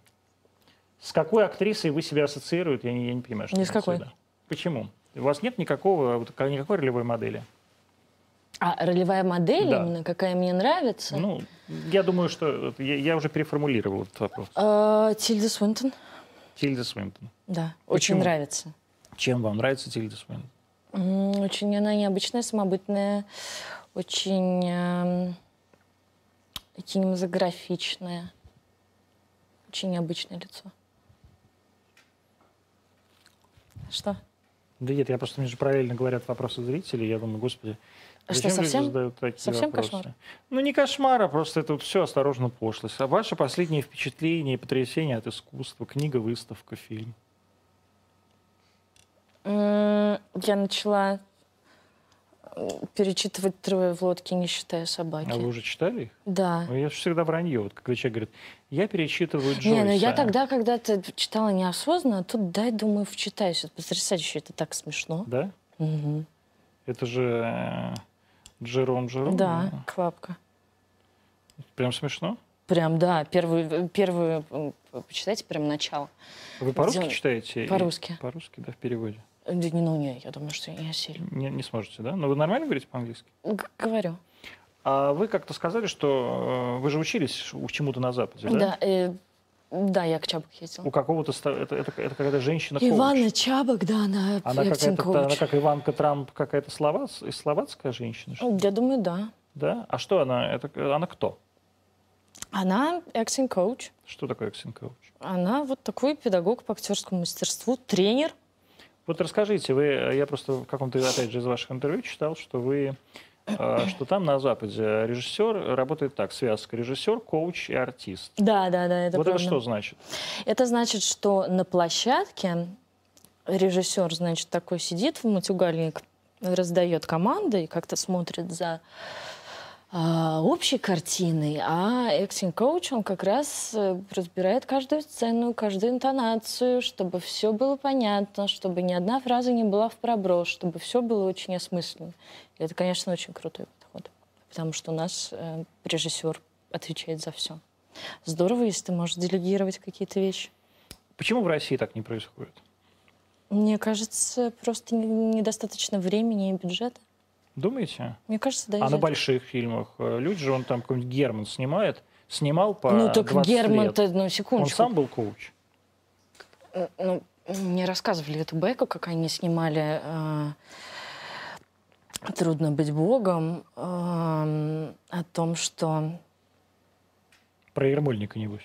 С какой актрисой вы себя ассоциируете? Я не, я не понимаю, что Ни с имеется в какой. виду. Почему? У вас нет никакого, вот, никакой ролевой модели? А ролевая модель Да. именно, какая мне нравится? Ну, я думаю, что вот я, я уже переформулировал этот вопрос. А, Тильда Свинтон. Тильда Свинтон. Да, очень Почему? нравится. Чем вам нравится Тильда Свинтон? М, Очень она необычная, самобытная, очень эм, кинематографичная. Очень необычное лицо. Что? Да нет, я просто, мне же параллельно говорят вопросы зрителей, я думаю, господи, А что, зачем люди совсем- задают такие совсем вопросы? кошмар? Ну, не кошмар, а просто это все осторожно пошлость. А ваше последнее впечатление и потрясение от искусства? Книга, выставка, фильм? М, Я начала э, перечитывать трое в лодке, не считая собаки. А вы уже читали их? Да. Ну, я же всегда вранье. Вот когда человек говорит, я перечитываю Джойса. Не, ну я тогда когда-то читала неосознанно, а тут дай, думаю, вчитаюсь. Это потрясающе, это так смешно. Да? Мгм. Это же э, Джером Джером? Да, клапка. Прям смешно? Прям, да, первую, э, первую м, почитайте прям начало. Вы по-русски Делаю. читаете? И- По-русски. По-русски, да, в переводе. Да не, Ну, не, я думаю, что я не осилю. Не, не сможете, да? Но вы нормально говорите по-английски? Г- Говорю. А вы как-то сказали, что э, вы же учились у- чему-то на Западе, да? Да, э, да, я к Чабок ездила. У какого-то... ста- Это, это, это какая-то женщина коуч. Ивана Чабок, да, она, Она, какая-то, та- она Птенкович. как Иванка Трамп, какая-то словац, и словацкая женщина, что ли? Э, Я думаю, да. да? А что она? Это, она кто? Она acting коуч Что такое аксинг-коуч? Она вот такой педагог по актерскому мастерству, тренер. Вот расскажите, вы, э, я просто в каком-то, опять же, из ваших интервью читал, что вы, э, что там на Западе режиссер работает так, связка режиссер, коуч и артист. Да, да, да, это вот это правда. что значит? Это значит, что на площадке режиссер, значит, такой сидит в матюгальник, раздает команды и как-то смотрит за а, общей картиной, а эксинг-коуч, он как раз э, разбирает каждую сцену, каждую интонацию, чтобы все было понятно, чтобы ни одна фраза не была в проброс, чтобы все было очень осмысленно. И это, конечно, очень крутой подход, потому что у нас э, режиссер отвечает за все. Здорово, если ты можешь делегировать какие-то вещи. Почему в России так не происходит? Мне кажется, просто не- недостаточно времени и бюджета. Думаете? Мне кажется, да. а из-за на этого. больших фильмах э, люди же, он там какой-нибудь Герман снимает, снимал по Ну так 20 лет. Герман-то, ну Он секундочку. сам был коуч. Э, ну, мне рассказывали эту байку, как они снимали э, «Трудно быть богом», эм, о том, что... Про Ермольника, небось.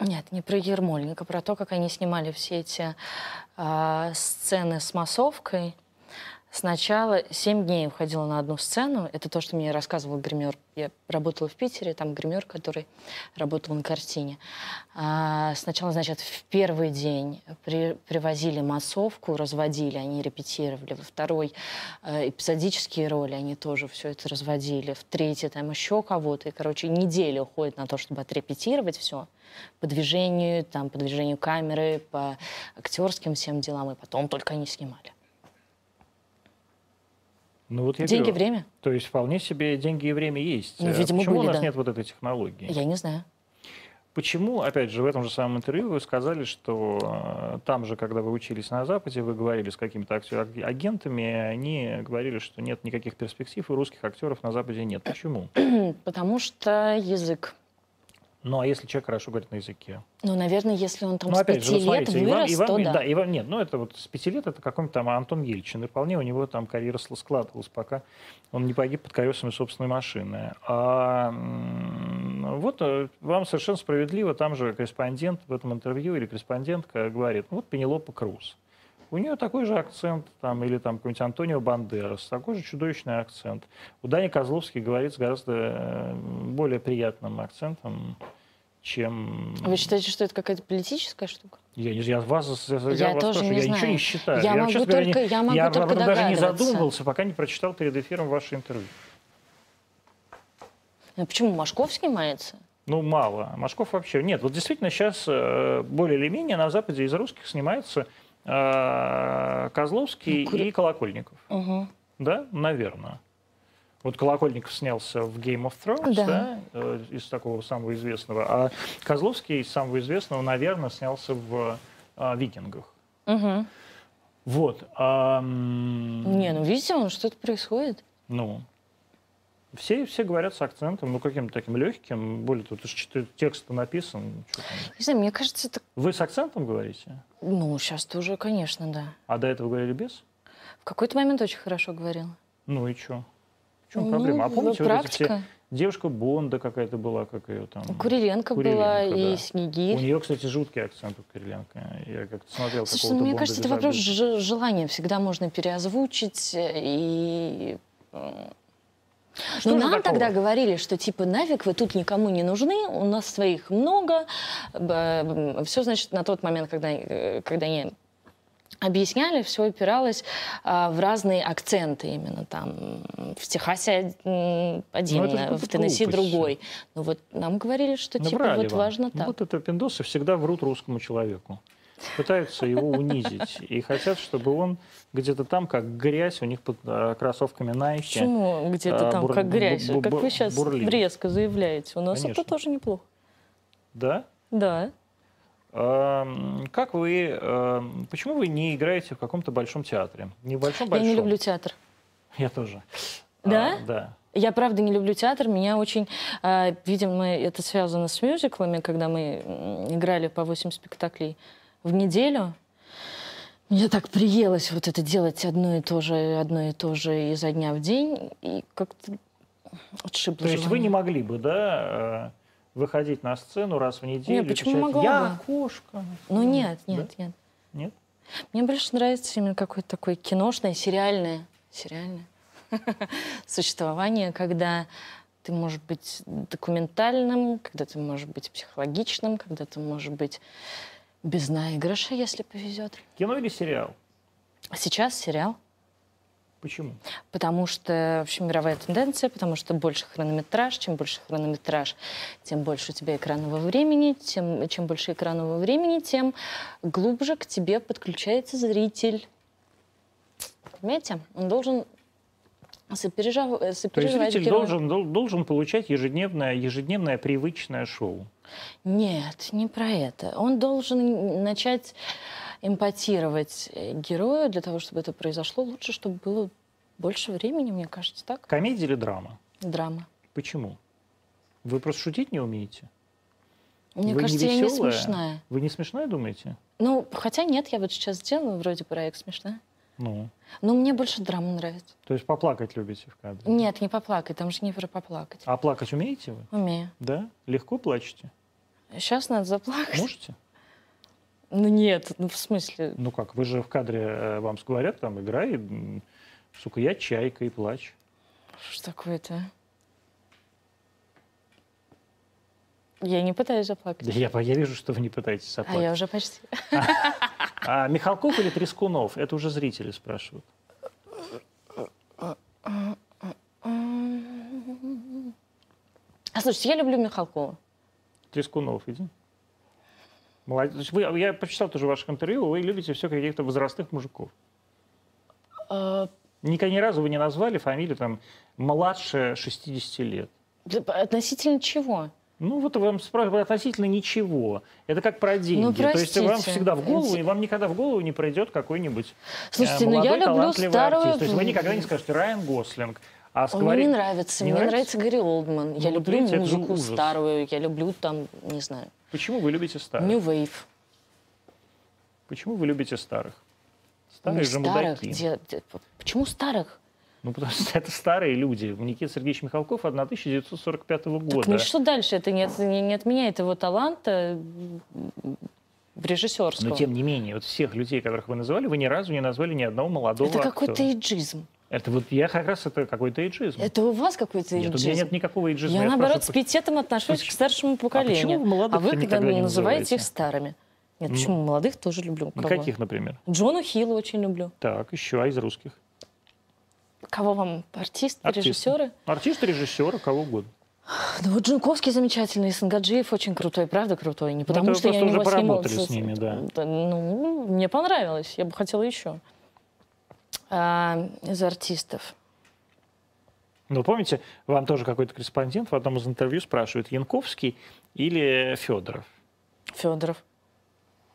Нет, не про Ермольника, а про то, как они снимали все эти э, сцены с массовкой. Сначала семь дней уходила на одну сцену. Это то, что мне рассказывал гример. Я работала в Питере, там гример, который работал на картине. А, сначала, значит, в первый день при- привозили массовку, разводили, они репетировали. Во второй э, эпизодические роли, они тоже все это разводили. В третий там еще кого-то. И, короче, неделя уходит на то, чтобы отрепетировать все по движению, там, по движению камеры, по актерским всем делам. И потом только они снимали. Ну вот я Деньги, говорю, время? То есть вполне себе деньги и время есть. Ну, А видимо, Почему у были, нас да. нет вот этой технологии? Я не знаю. Почему, опять же, в этом же самом интервью вы сказали, что э, там же, когда вы учились на Западе, вы говорили с какими-то актё- аг- агентами, и они говорили, что нет никаких перспектив, и русских актеров на Западе нет. Почему? Потому что язык. Ну, а если человек хорошо говорит на языке? Ну, наверное, если он там ну, с пяти вот лет смотрите, вырос, Иван- то Иван- да. да, Иван- нет, ну, это вот с пяти лет это какой-нибудь там Антон Ельчин, и вполне у него там карьера сл- складывалась, пока он не погиб под колесами собственной машины. А м, вот э, вам совершенно справедливо, там же корреспондент в этом интервью или корреспондентка говорит, «Ну, вот Пенелопа Круз. У нее такой же акцент, там, или там какой-нибудь Антонио Бандерас, такой же чудовищный акцент. У Дани Козловский говорит с гораздо э, более приятным акцентом, чем... Вы считаете, что это какая-то политическая штука? Я, не, я вас, зас- я, Я вас тоже спрашиваю, не я ничего знаю. не считаю. Я могу честно говоря, не- только- я могу об только этом даже не догадываться. задумывался, пока не прочитал перед эфиром ваше интервью. Ну, Почему Машков снимается? Ну, мало. Машков вообще... Нет, вот действительно сейчас э, более или менее на Западе из русских снимается э, Козловский Ну, куда- и Колокольников. Мгм. Да? Наверное. Вот Колокольников снялся в Game of Thrones, Да. да, э, из такого самого известного. А Козловский из самого известного, наверное, снялся в э, «Викингах». Мгм. Вот. ам, Не, ну видите, он что-то происходит. Ну. Все, все говорят с акцентом, ну, каким-то таким легким. Более того, это же чит- текст написан. чё там. Не знаю, мне кажется, это... Вы с акцентом говорите? Ну, сейчас ты уже, конечно, да. А до этого говорили без? В какой-то момент очень хорошо говорила. Ну и что? В чем Ну, проблема? А помните, вот эти все... практика. Девушка Бонда какая-то была, как ее там... Куриленко, была Куриленко, и да. У Снегирь. нее, кстати, жуткий акцент у Кириленко. Я как-то смотрел Слушай, ну, какого-то мне Бонда кажется, это без вопрос обид. же- желания. Всегда можно переозвучить э, и... э, Что Ну, же нам такого? тогда говорили, что типа нафиг вы тут никому не нужны, у нас своих много. Все, значит, на тот момент, когда, э, когда они объясняли, все опиралось а, в разные акценты именно там. В Техасе м, один, Ну, это же э, в какая-то Теннесси глупость. другой. Ну вот нам говорили, что типа Наврали вам. вот Ну, важно так. Вот это пиндосы всегда врут русскому человеку. Пытаются его унизить. И хотят, чтобы он где-то там, как грязь, у них под а, кроссовками Nike. Почему где-то А, там бур- как грязь? бу- бу- как вы сейчас бурлит. резко заявляете. У нас Конечно. это тоже неплохо. Да? Да. Эм, Как вы... эм, Почему вы не играете в каком-то большом театре? Не в большом-большом. Я не люблю театр. Я тоже. Да? А, Да. Я правда не люблю театр. Меня очень, э, видимо, это связано с мюзиклами, когда мы м, играли по 8 спектаклей в неделю. Мне так приелось вот это делать одно и то же, одно и то же изо дня в день. И как-то отшибло То есть вы желание. не могли бы, да, э, выходить на сцену раз в неделю? Нет, и почему кричать, могла Я бы?» кошка. Ну нет, Да? нет, нет. Нет? Мне больше нравится именно какое-то такое киношное, сериальное, сериальное <laughs> существование, когда ты можешь быть документальным, когда ты можешь быть психологичным, когда ты можешь быть без наигрыша, если повезет. Кино или сериал? Сейчас сериал. Почему? Потому что вообще мировая тенденция, потому что больше хронометраж, чем больше хронометраж, тем больше у тебя экранного времени, тем, чем больше экранного времени, тем глубже к тебе подключается зритель. Понимаете? Он должен сопережав... э, То есть сопереживать зритель герою. должен, дол- должен получать ежедневное, ежедневное привычное шоу. Нет, не про это. Он должен начать эмпатировать э, герою для того, чтобы это произошло. Лучше, чтобы было больше времени, мне кажется, так? Комедия или драма? Драма. Почему? Вы просто шутить не умеете? Мне Вы не кажется, я не весёлая? смешная. Вы не смешная думаете? Ну, хотя нет, я вот сейчас делаю вроде проект смешная. Ну, Но мне больше драма нравится. то есть поплакать любите в кадре? Нет, не поплакать, там же не про поплакать. А плакать умеете вы? Умею. Да? Легко плачете? Сейчас надо заплакать. Можете? Ну нет, ну в смысле, Ну как, вы же в кадре э, вам говорят, там, играй, м, сука, я чайка и плачь. что такое-то? Я не пытаюсь заплакать. Да я, по- я вижу, что вы не пытаетесь а я заплакать. уже почти. А, Михалков или Трескунов? Это уже зрители спрашивают. М. А слушайте, я люблю Михалкова. Трескунов, иди. Молодец. То есть Вы, я прочитал тоже ваших интервью, вы любите все каких-то возрастных мужиков. Э, Никогда ни разу вы не назвали фамилию там младше 60 лет. да, Относительно чего? Ну, вот вам спрашивают относительно ничего. Это как про деньги. То есть вам Ну, простите. всегда в голову, и вам никогда в голову не пройдет какой-нибудь э, Слушайте, ну молодой, я люблю талантливый старую... артист. То есть вы никогда не скажете Райан Гослинг. А Он мне сговорить- не нравится. Не мне нравится? нравится, Гарри Олдман. Ну, я вот люблю видите, это же музыку ужас. старую. Я люблю там, не знаю, Почему вы любите старых? New Wave. Почему вы любите старых? Ну, Старые же старых. мудаки. где- где- почему старых? Ну, потому что это старые люди. Никита Сергеевич Михалков 1945 года. Так ничто дальше. Это не, от- не- не отменяет его таланта м, режиссерского. Но тем не менее, вот всех людей, которых вы называли, вы ни разу не назвали ни одного молодого это актера. какой-то иджизм. Это вот я как раз это какой-то эйджизм. Это у вас какой-то Нет, у иджизм. меня нет никакого эйджизма. Я, наоборот, с спрашиваю, пиететом отношусь Поч- к старшему поколению. А вы молодых-то вы когда никогда не называете, называете? их старыми? Нет, Ну, почему молодых тоже люблю? ну, Кого? Каких, например? Джона Хилла очень люблю. Так, еще, а из русских? Кого вам? Артисты, Артисты. режиссеры? Артист, режиссер, кого угодно. Ну вот Джунковский замечательный, Сангаджиев очень крутой, правда крутой. Не потому это вы что я Ну, просто уже на него снималась. поработали с ними, да. Ну, мне понравилось, я бы хотела еще. А, из артистов. Ну, помните, вам тоже какой-то корреспондент в одном из интервью спрашивает, Янковский или Федоров? Федоров.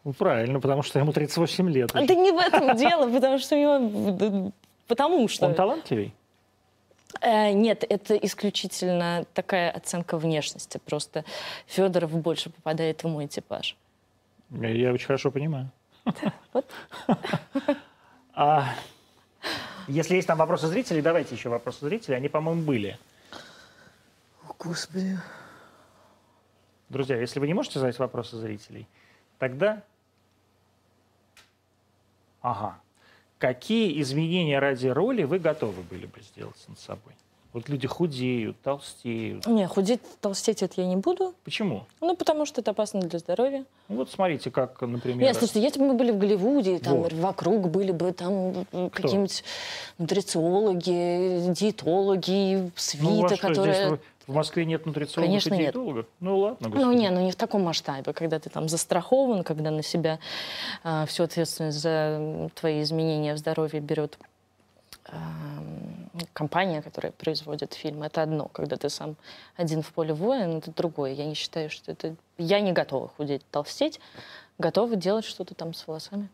Ну, правильно, потому что ему 38 лет. А уже. да не в этом дело, потому что у него... Потому что... Он талантливый? Э, Нет, это исключительно такая оценка внешности. Просто Федоров больше попадает в мой типаж. Я- Я очень хорошо понимаю. Вот. <laughs> А Если есть там вопросы зрителей, давайте еще вопросы зрителей. Они, по-моему, были. Господи. Друзья, если вы не можете задать вопросы зрителей, тогда... Ага. Какие изменения ради роли вы готовы были бы сделать над собой? Вот люди худеют, толстеют. Не, худеть, толстеть это я не буду. Почему? Ну, потому что это опасно для здоровья. Ну, вот смотрите, как, например... Нет, слушайте, если бы мы были в Голливуде, там Вот. вокруг были бы там Кто? м, какие-нибудь нутрициологи, диетологи, свита, ну, у вас что, здесь которые... в в Москве нет нутрициологов Конечно, и нет. диетологов? Ну, ладно. Ну, господи. не, ну не в таком масштабе, когда ты там застрахован, когда на себя э, всю ответственность за м, твои изменения в здоровье берет эм, компания, которая производит фильм. Это одно, когда ты сам один в поле воин, это другое. Я не считаю, что это... Я не готова худеть, толстеть, готова делать что-то там с волосами.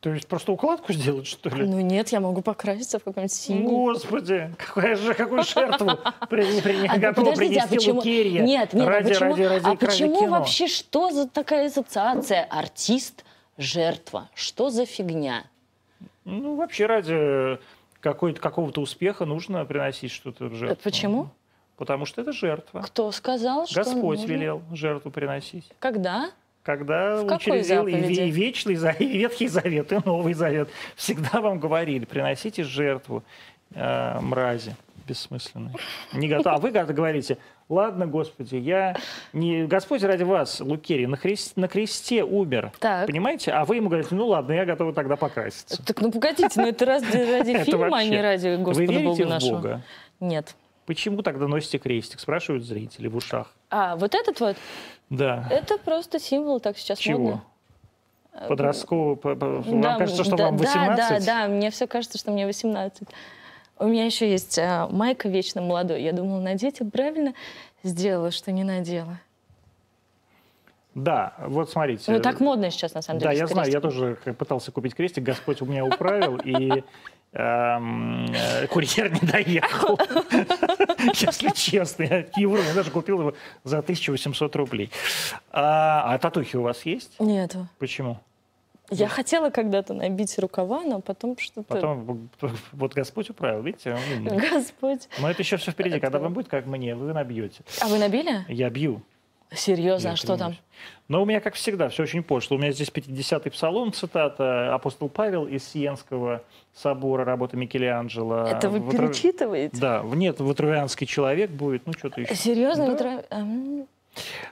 То есть просто укладку сделать, что ли? Ну нет, я могу покраситься в каком-нибудь синий. Господи, какая же, какую жертву <laughs> при, при, А, готова подождите, принести а почему? Лукерья Нет, нет, ради, а почему, ради, ради а экрана почему кино? вообще что за такая ассоциация? Артист, жертва. Что за фигня? Ну, вообще ради какой-то, какого-то успеха нужно приносить что-то в жертву. Э, Почему? Потому что это жертва. Кто сказал, что Господь нужно? велел жертву приносить. Когда? Когда В какой учредил и, ве- заповеди? и Вечный за- и Ветхий Завет, и Новый Завет, всегда вам говорили, приносите жертву э, мрази бессмысленной. Не готов. А вы когда говорите, Ладно, Господи, я не... Господь ради вас, Лукерий, на, хрест... на кресте умер. Так. Понимаете? А вы ему говорите, ну ладно, я готова тогда покраситься. Так, ну погодите, но <laughs> это ради, ради Это фильма, а не вообще. ради вы Господа верите Бога в нашего. Бога? Нет. Почему тогда носите крестик? Спрашивают зрители в ушах. А, вот этот вот, Да. это просто символ, так сейчас Чего? модно. Подросткового... по- по- Вам Да, кажется, что да, вам 18? Да, да, да, мне все кажется, что мне 18. У меня еще есть а, майка вечно молодой. Я думала, надеть и правильно сделала, что не надела. Да, вот смотрите. Ну, так модно сейчас, на самом деле. Э, Да, я с знаю, я крестиком. тоже как пытался купить крестик, Господь у меня управил, и эм, э, курьер не доехал. <laughs> Если честно, я к евро, я даже купил его за 1800 рублей. А а татухи у вас есть? Нету. Почему? Я хотела когда-то набить рукава, но потом что-то... <laughs> Потом в- в- вот Господь управил, видите? он умный. Господь. Но это еще все впереди. Это- Когда вам будет, как мне, вы набьете. А вы набили? Я бью. Серьезно, Я а что там? клянусь. Но у меня, как всегда, все очень пошло. У меня здесь 50-й псалом, цитата, апостол Павел из Сиенского собора, работа Микеланджело. Это вы Ватра- перечитываете? Да, в- нет, ватрувианский человек будет, ну что-то еще. Серьезно? Да. Утро- Ам.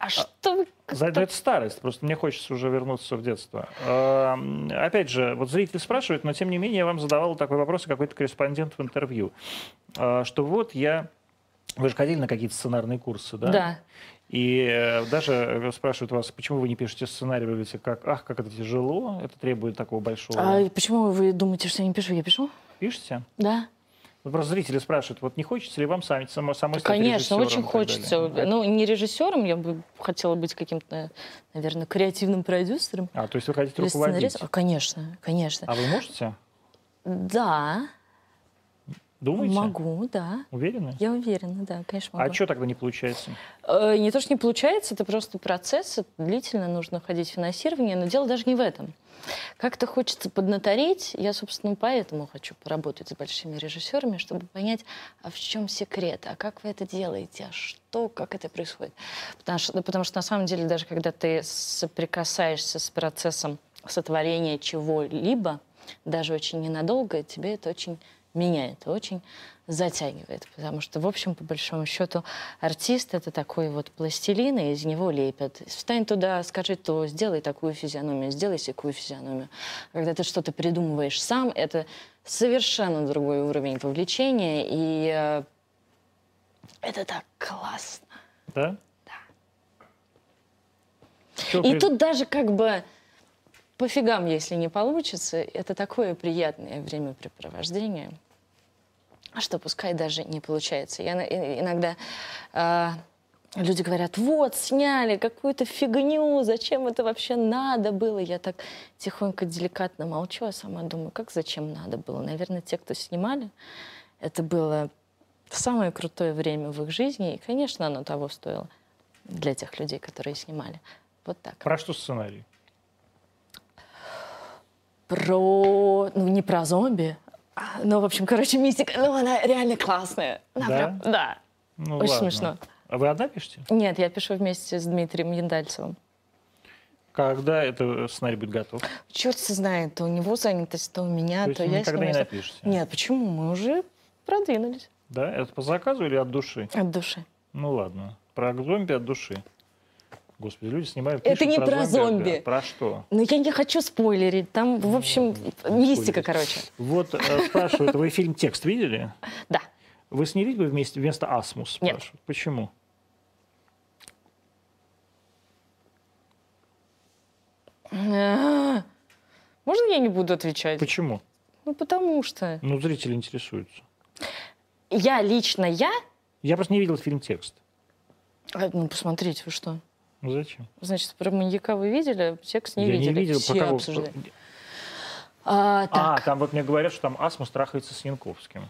А что вы... За- Это старость, просто мне хочется уже вернуться в детство. Эм, Опять же, вот зритель спрашивает, но тем не менее я вам задавал такой вопрос и какой-то корреспондент в интервью, э, что вот я... Вы же ходили на какие-то сценарные курсы, да? Да. И э, даже э, спрашивают вас, почему вы не пишете сценарий, вы говорите, как, ах, как это тяжело, это требует такого большого. А почему вы думаете, что я не пишу? Я пишу? Пишете? Да. Ну, просто зрители спрашивают, вот не хочется ли вам сами, само, самой стать Конечно, режиссером очень Ну, и так хочется. далее? Ну, не режиссером, я бы хотела быть каким-то, наверное, креативным продюсером. А, то есть вы хотите или руководить? сценаристом. А, Конечно, конечно. А вы можете? Да, Думаете? могу, да. Уверены? Я уверена, да, конечно, могу. А что тогда не получается? Э, Не то, что не получается, это просто процесс, это длительно нужно ходить в финансирование, но дело даже не в этом. Как-то хочется поднатореть, я, собственно, поэтому хочу поработать с большими режиссерами, чтобы понять, а в чем секрет, а как вы это делаете, а что, как это происходит. Потому что, потому что на самом деле, даже когда ты соприкасаешься с процессом сотворения чего-либо, даже очень ненадолго, тебе это очень меняет, очень затягивает. Потому что, в общем, по большому счету, артист — это такой вот пластилин, и из него лепят. Встань туда, скажи то, сделай такую физиономию, сделай такую физиономию. Когда ты что-то придумываешь сам, это совершенно другой уровень вовлечения, и э, это так классно. Да? Да. И тут даже как бы пофигам, если не получится, это такое приятное времяпрепровождение, А что пускай даже не получается. Я на- и- иногда а, люди говорят, вот, сняли какую-то фигню, зачем это вообще надо было? Я так тихонько, деликатно молчу, а сама думаю, как зачем надо было? Наверное, те, кто снимали, это было самое крутое время в их жизни, и, конечно, оно того стоило для тех людей, которые снимали. Вот так. Про что сценарий? про... Ну, не про зомби. а, Ну, в общем, короче, мистика. Ну, она реально классная. Она Да? прям- да. Ну, Очень ладно. смешно. А вы одна пишете? Нет, я пишу вместе с Дмитрием Яндальцевым. Когда это сценарий будет готов? Черт знает, то у него занятость, то у меня, то А, то, есть вы я с ним никогда не если- напишете? Нет, почему? Мы уже продвинулись Да? Это по заказу или от души? от души. Ну ладно. Про зомби от души. Господи, люди снимают Это пишут не про зомби. а Про что? Но Ну, я не хочу спойлерить. Там, Ну, в общем, мистика, короче. Вот э, спрашивают, вы фильм «Текст» видели? Да. Вы снялись бы вместе, вместо «Асмус»? Нет. спрашивают. Почему? А, Можно я не буду отвечать? Почему? Ну, потому что. Ну, зрители интересуются. Я лично я... Я просто не видел фильм «Текст». А, Ну, посмотрите, вы что? Ну, зачем? Значит, про маньяка вы видели, текст не я видели. не видел, Все про кого. обсуждали. А, А, так. там вот мне говорят, что там «Асмус» трахается с Янковским.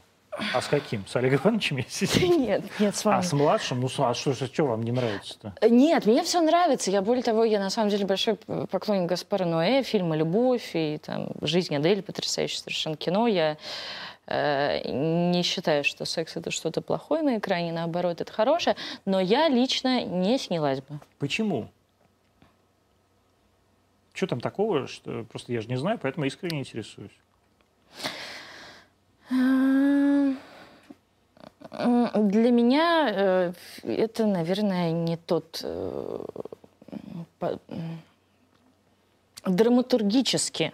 А с каким? С Олегом Ивановичем? я сидел? <laughs> Нет, нет, с вами. А с младшим? Ну, с- а что, что, что вам не нравится-то? Нет, мне все нравится. Я, более того, я на самом деле большой поклонник Гаспара Ноэ, фильма «Любовь» и там «Жизнь Адель» потрясающее совершенно кино. Я э, не считаю, что секс — это что-то плохое на экране, наоборот, это хорошее. Но я лично не снялась бы. Почему? Что там такого, что просто я же не знаю, поэтому искренне интересуюсь. М, Эм, Для меня э, это, наверное, не тот э, по- м, драматургически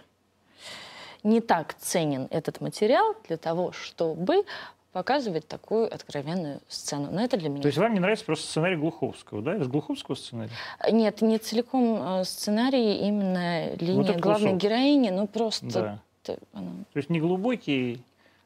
не так ценен этот материал для того, чтобы показывать такую откровенную сцену. Но это для меня. То есть вам не нравится просто сценарий Глуховского, да? Из Глуховского сценария? Нет, не целиком э, сценарий, именно линия это главной кусок. героини, ну просто... Ну, Да. т- она- То есть неглубокий,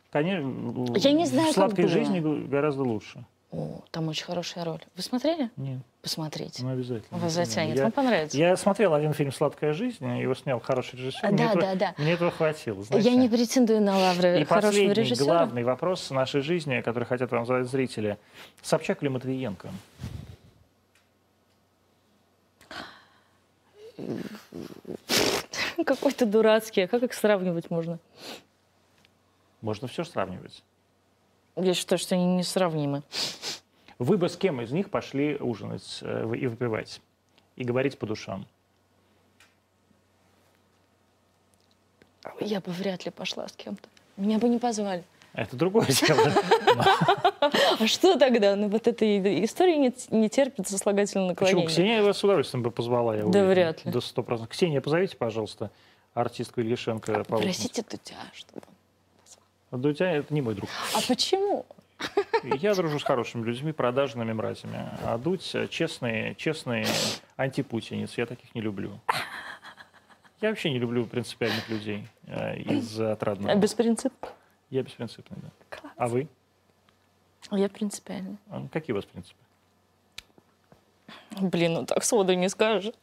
конечно, Я не знаю, в как сладкой было. жизни гу- гораздо лучше. О, там очень хорошая роль. Вы смотрели? Нет, Посмотрите. ну обязательно. Вас затянет. Вам Я, понравится. я смотрел один фильм «Сладкая жизнь», его снял хороший режиссер. А, мне, да, этого, да, да. мне этого хватило. знаете. Я не претендую на лавры И хорошего последний, режиссера. главный вопрос нашей жизни, который хотят вам задать зрители. Собчак или Матвиенко? <laughs> Какой-то дурацкий. А как их сравнивать можно? Можно все сравнивать. Я считаю, что они несравнимы. Вы бы с кем из них пошли ужинать э, вы- и выпивать? И говорить по душам? Я бы вряд ли пошла с кем-то. Меня бы не позвали. Это другое <laughs> дело. А что тогда? Ну вот эта и- история не, т- не терпит сослагательного Почему? наклонения. Ксения вас с удовольствием бы позвала, я Да уверен. вряд ли. До 100%. Ксения, позовите, пожалуйста, артистку Ильишенко. поужинать. А, Простите, Дудя, чтобы... Дудя — это не мой друг. А почему? Я дружу с хорошими людьми, продажными мразями. А Дудь э, честный, честный антипутинец. Я таких не люблю. Я вообще не люблю принципиальных людей э, из А отрадного. Без принципа. Я беспринципный, да. Класс. А вы? Я принципиально. А, ну, Какие у вас принципы? Блин, ну так сходу не скажешь.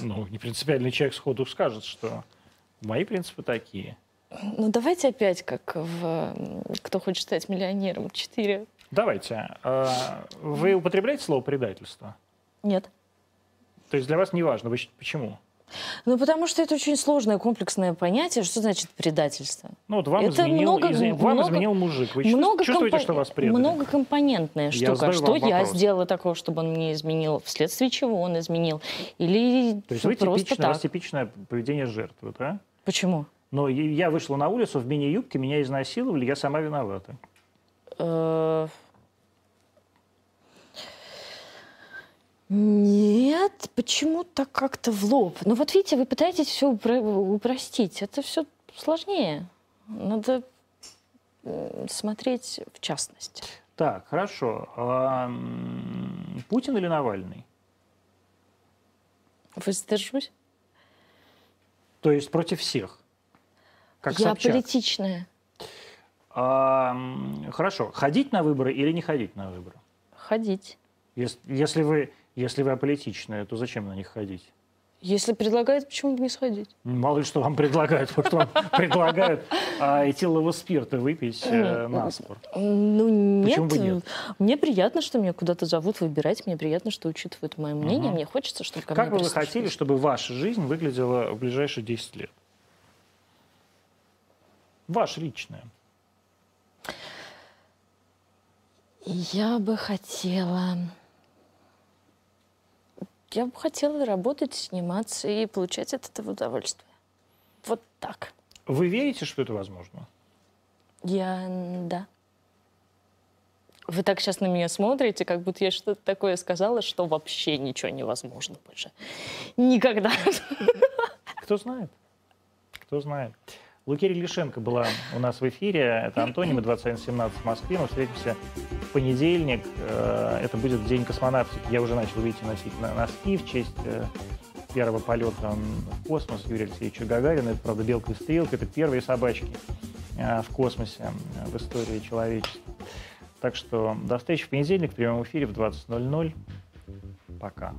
Ну, непринципиальный человек сходу скажет, что мои принципы такие. Ну давайте опять как в м, «Кто хочет стать миллионером?» Четыре. Давайте. э, Вы употребляете слово предательство? Нет. То есть для вас не важно, вы щ- почему? Ну потому что это очень сложное комплексное понятие. Что значит предательство? Ну вот вам, Это изменил, много- изме- вам много- изменил мужик. Вы чувс- чувствуете, компо- что вас предали? Многокомпонентная Я штука. задаю что вам я вопрос. сделала такого, чтобы он мне изменил? Вследствие чего он изменил? Или То есть вы просто типично, у так? вас типичное поведение жертвы, да? Почему? Но и- я вышла на улицу в мини-юбке, меня изнасиловали, я сама виновата. Э, Нет, почему так как-то в лоб? Ну вот видите, вы пытаетесь все упростить. Это все сложнее. Надо м, смотреть в частности. Так, хорошо. А, м, Путин или Навальный? Воздержусь. То есть против всех. Как Я Собчак. политичная. А, м, хорошо. Ходить на выборы или не ходить на выборы? Ходить. Ес- Если вы, если вы аполитичные, то зачем на них ходить? Если предлагают, почему бы не сходить? Мало ли что вам предлагают. Может, вам <laughs> предлагают а, этилового спирта выпить э, на спор. Ну, нет. Почему бы нет? Мне приятно, что меня куда-то зовут выбирать. Мне приятно, что учитывают мое мнение. Мне хочется, чтобы ко Как мне бы вы прислушивались. хотели, чтобы ваша жизнь выглядела в ближайшие 10 лет? Ваша личная. Я бы хотела... Я бы хотела работать, сниматься и получать от этого удовольствие. Вот так. Вы верите, что это возможно? Я... м, Да. Вы так сейчас на меня смотрите, как будто я что-то такое сказала, что вообще ничего невозможно больше. Никогда. Кто знает? Кто знает? Лукерия Лишенко была у нас в эфире. Это Антонима 2117 в Москве. Мы встретимся в понедельник. Э, Это будет День космонавтики. Я уже начал, видите, носить на- носки в честь э, первого полета в космос Юрия Алексеевича Гагарина. Это, правда, белка и стрелка. Это первые собачки э, в космосе э, в истории человечества. Так что до встречи в понедельник в прямом эфире в 20.00. Пока.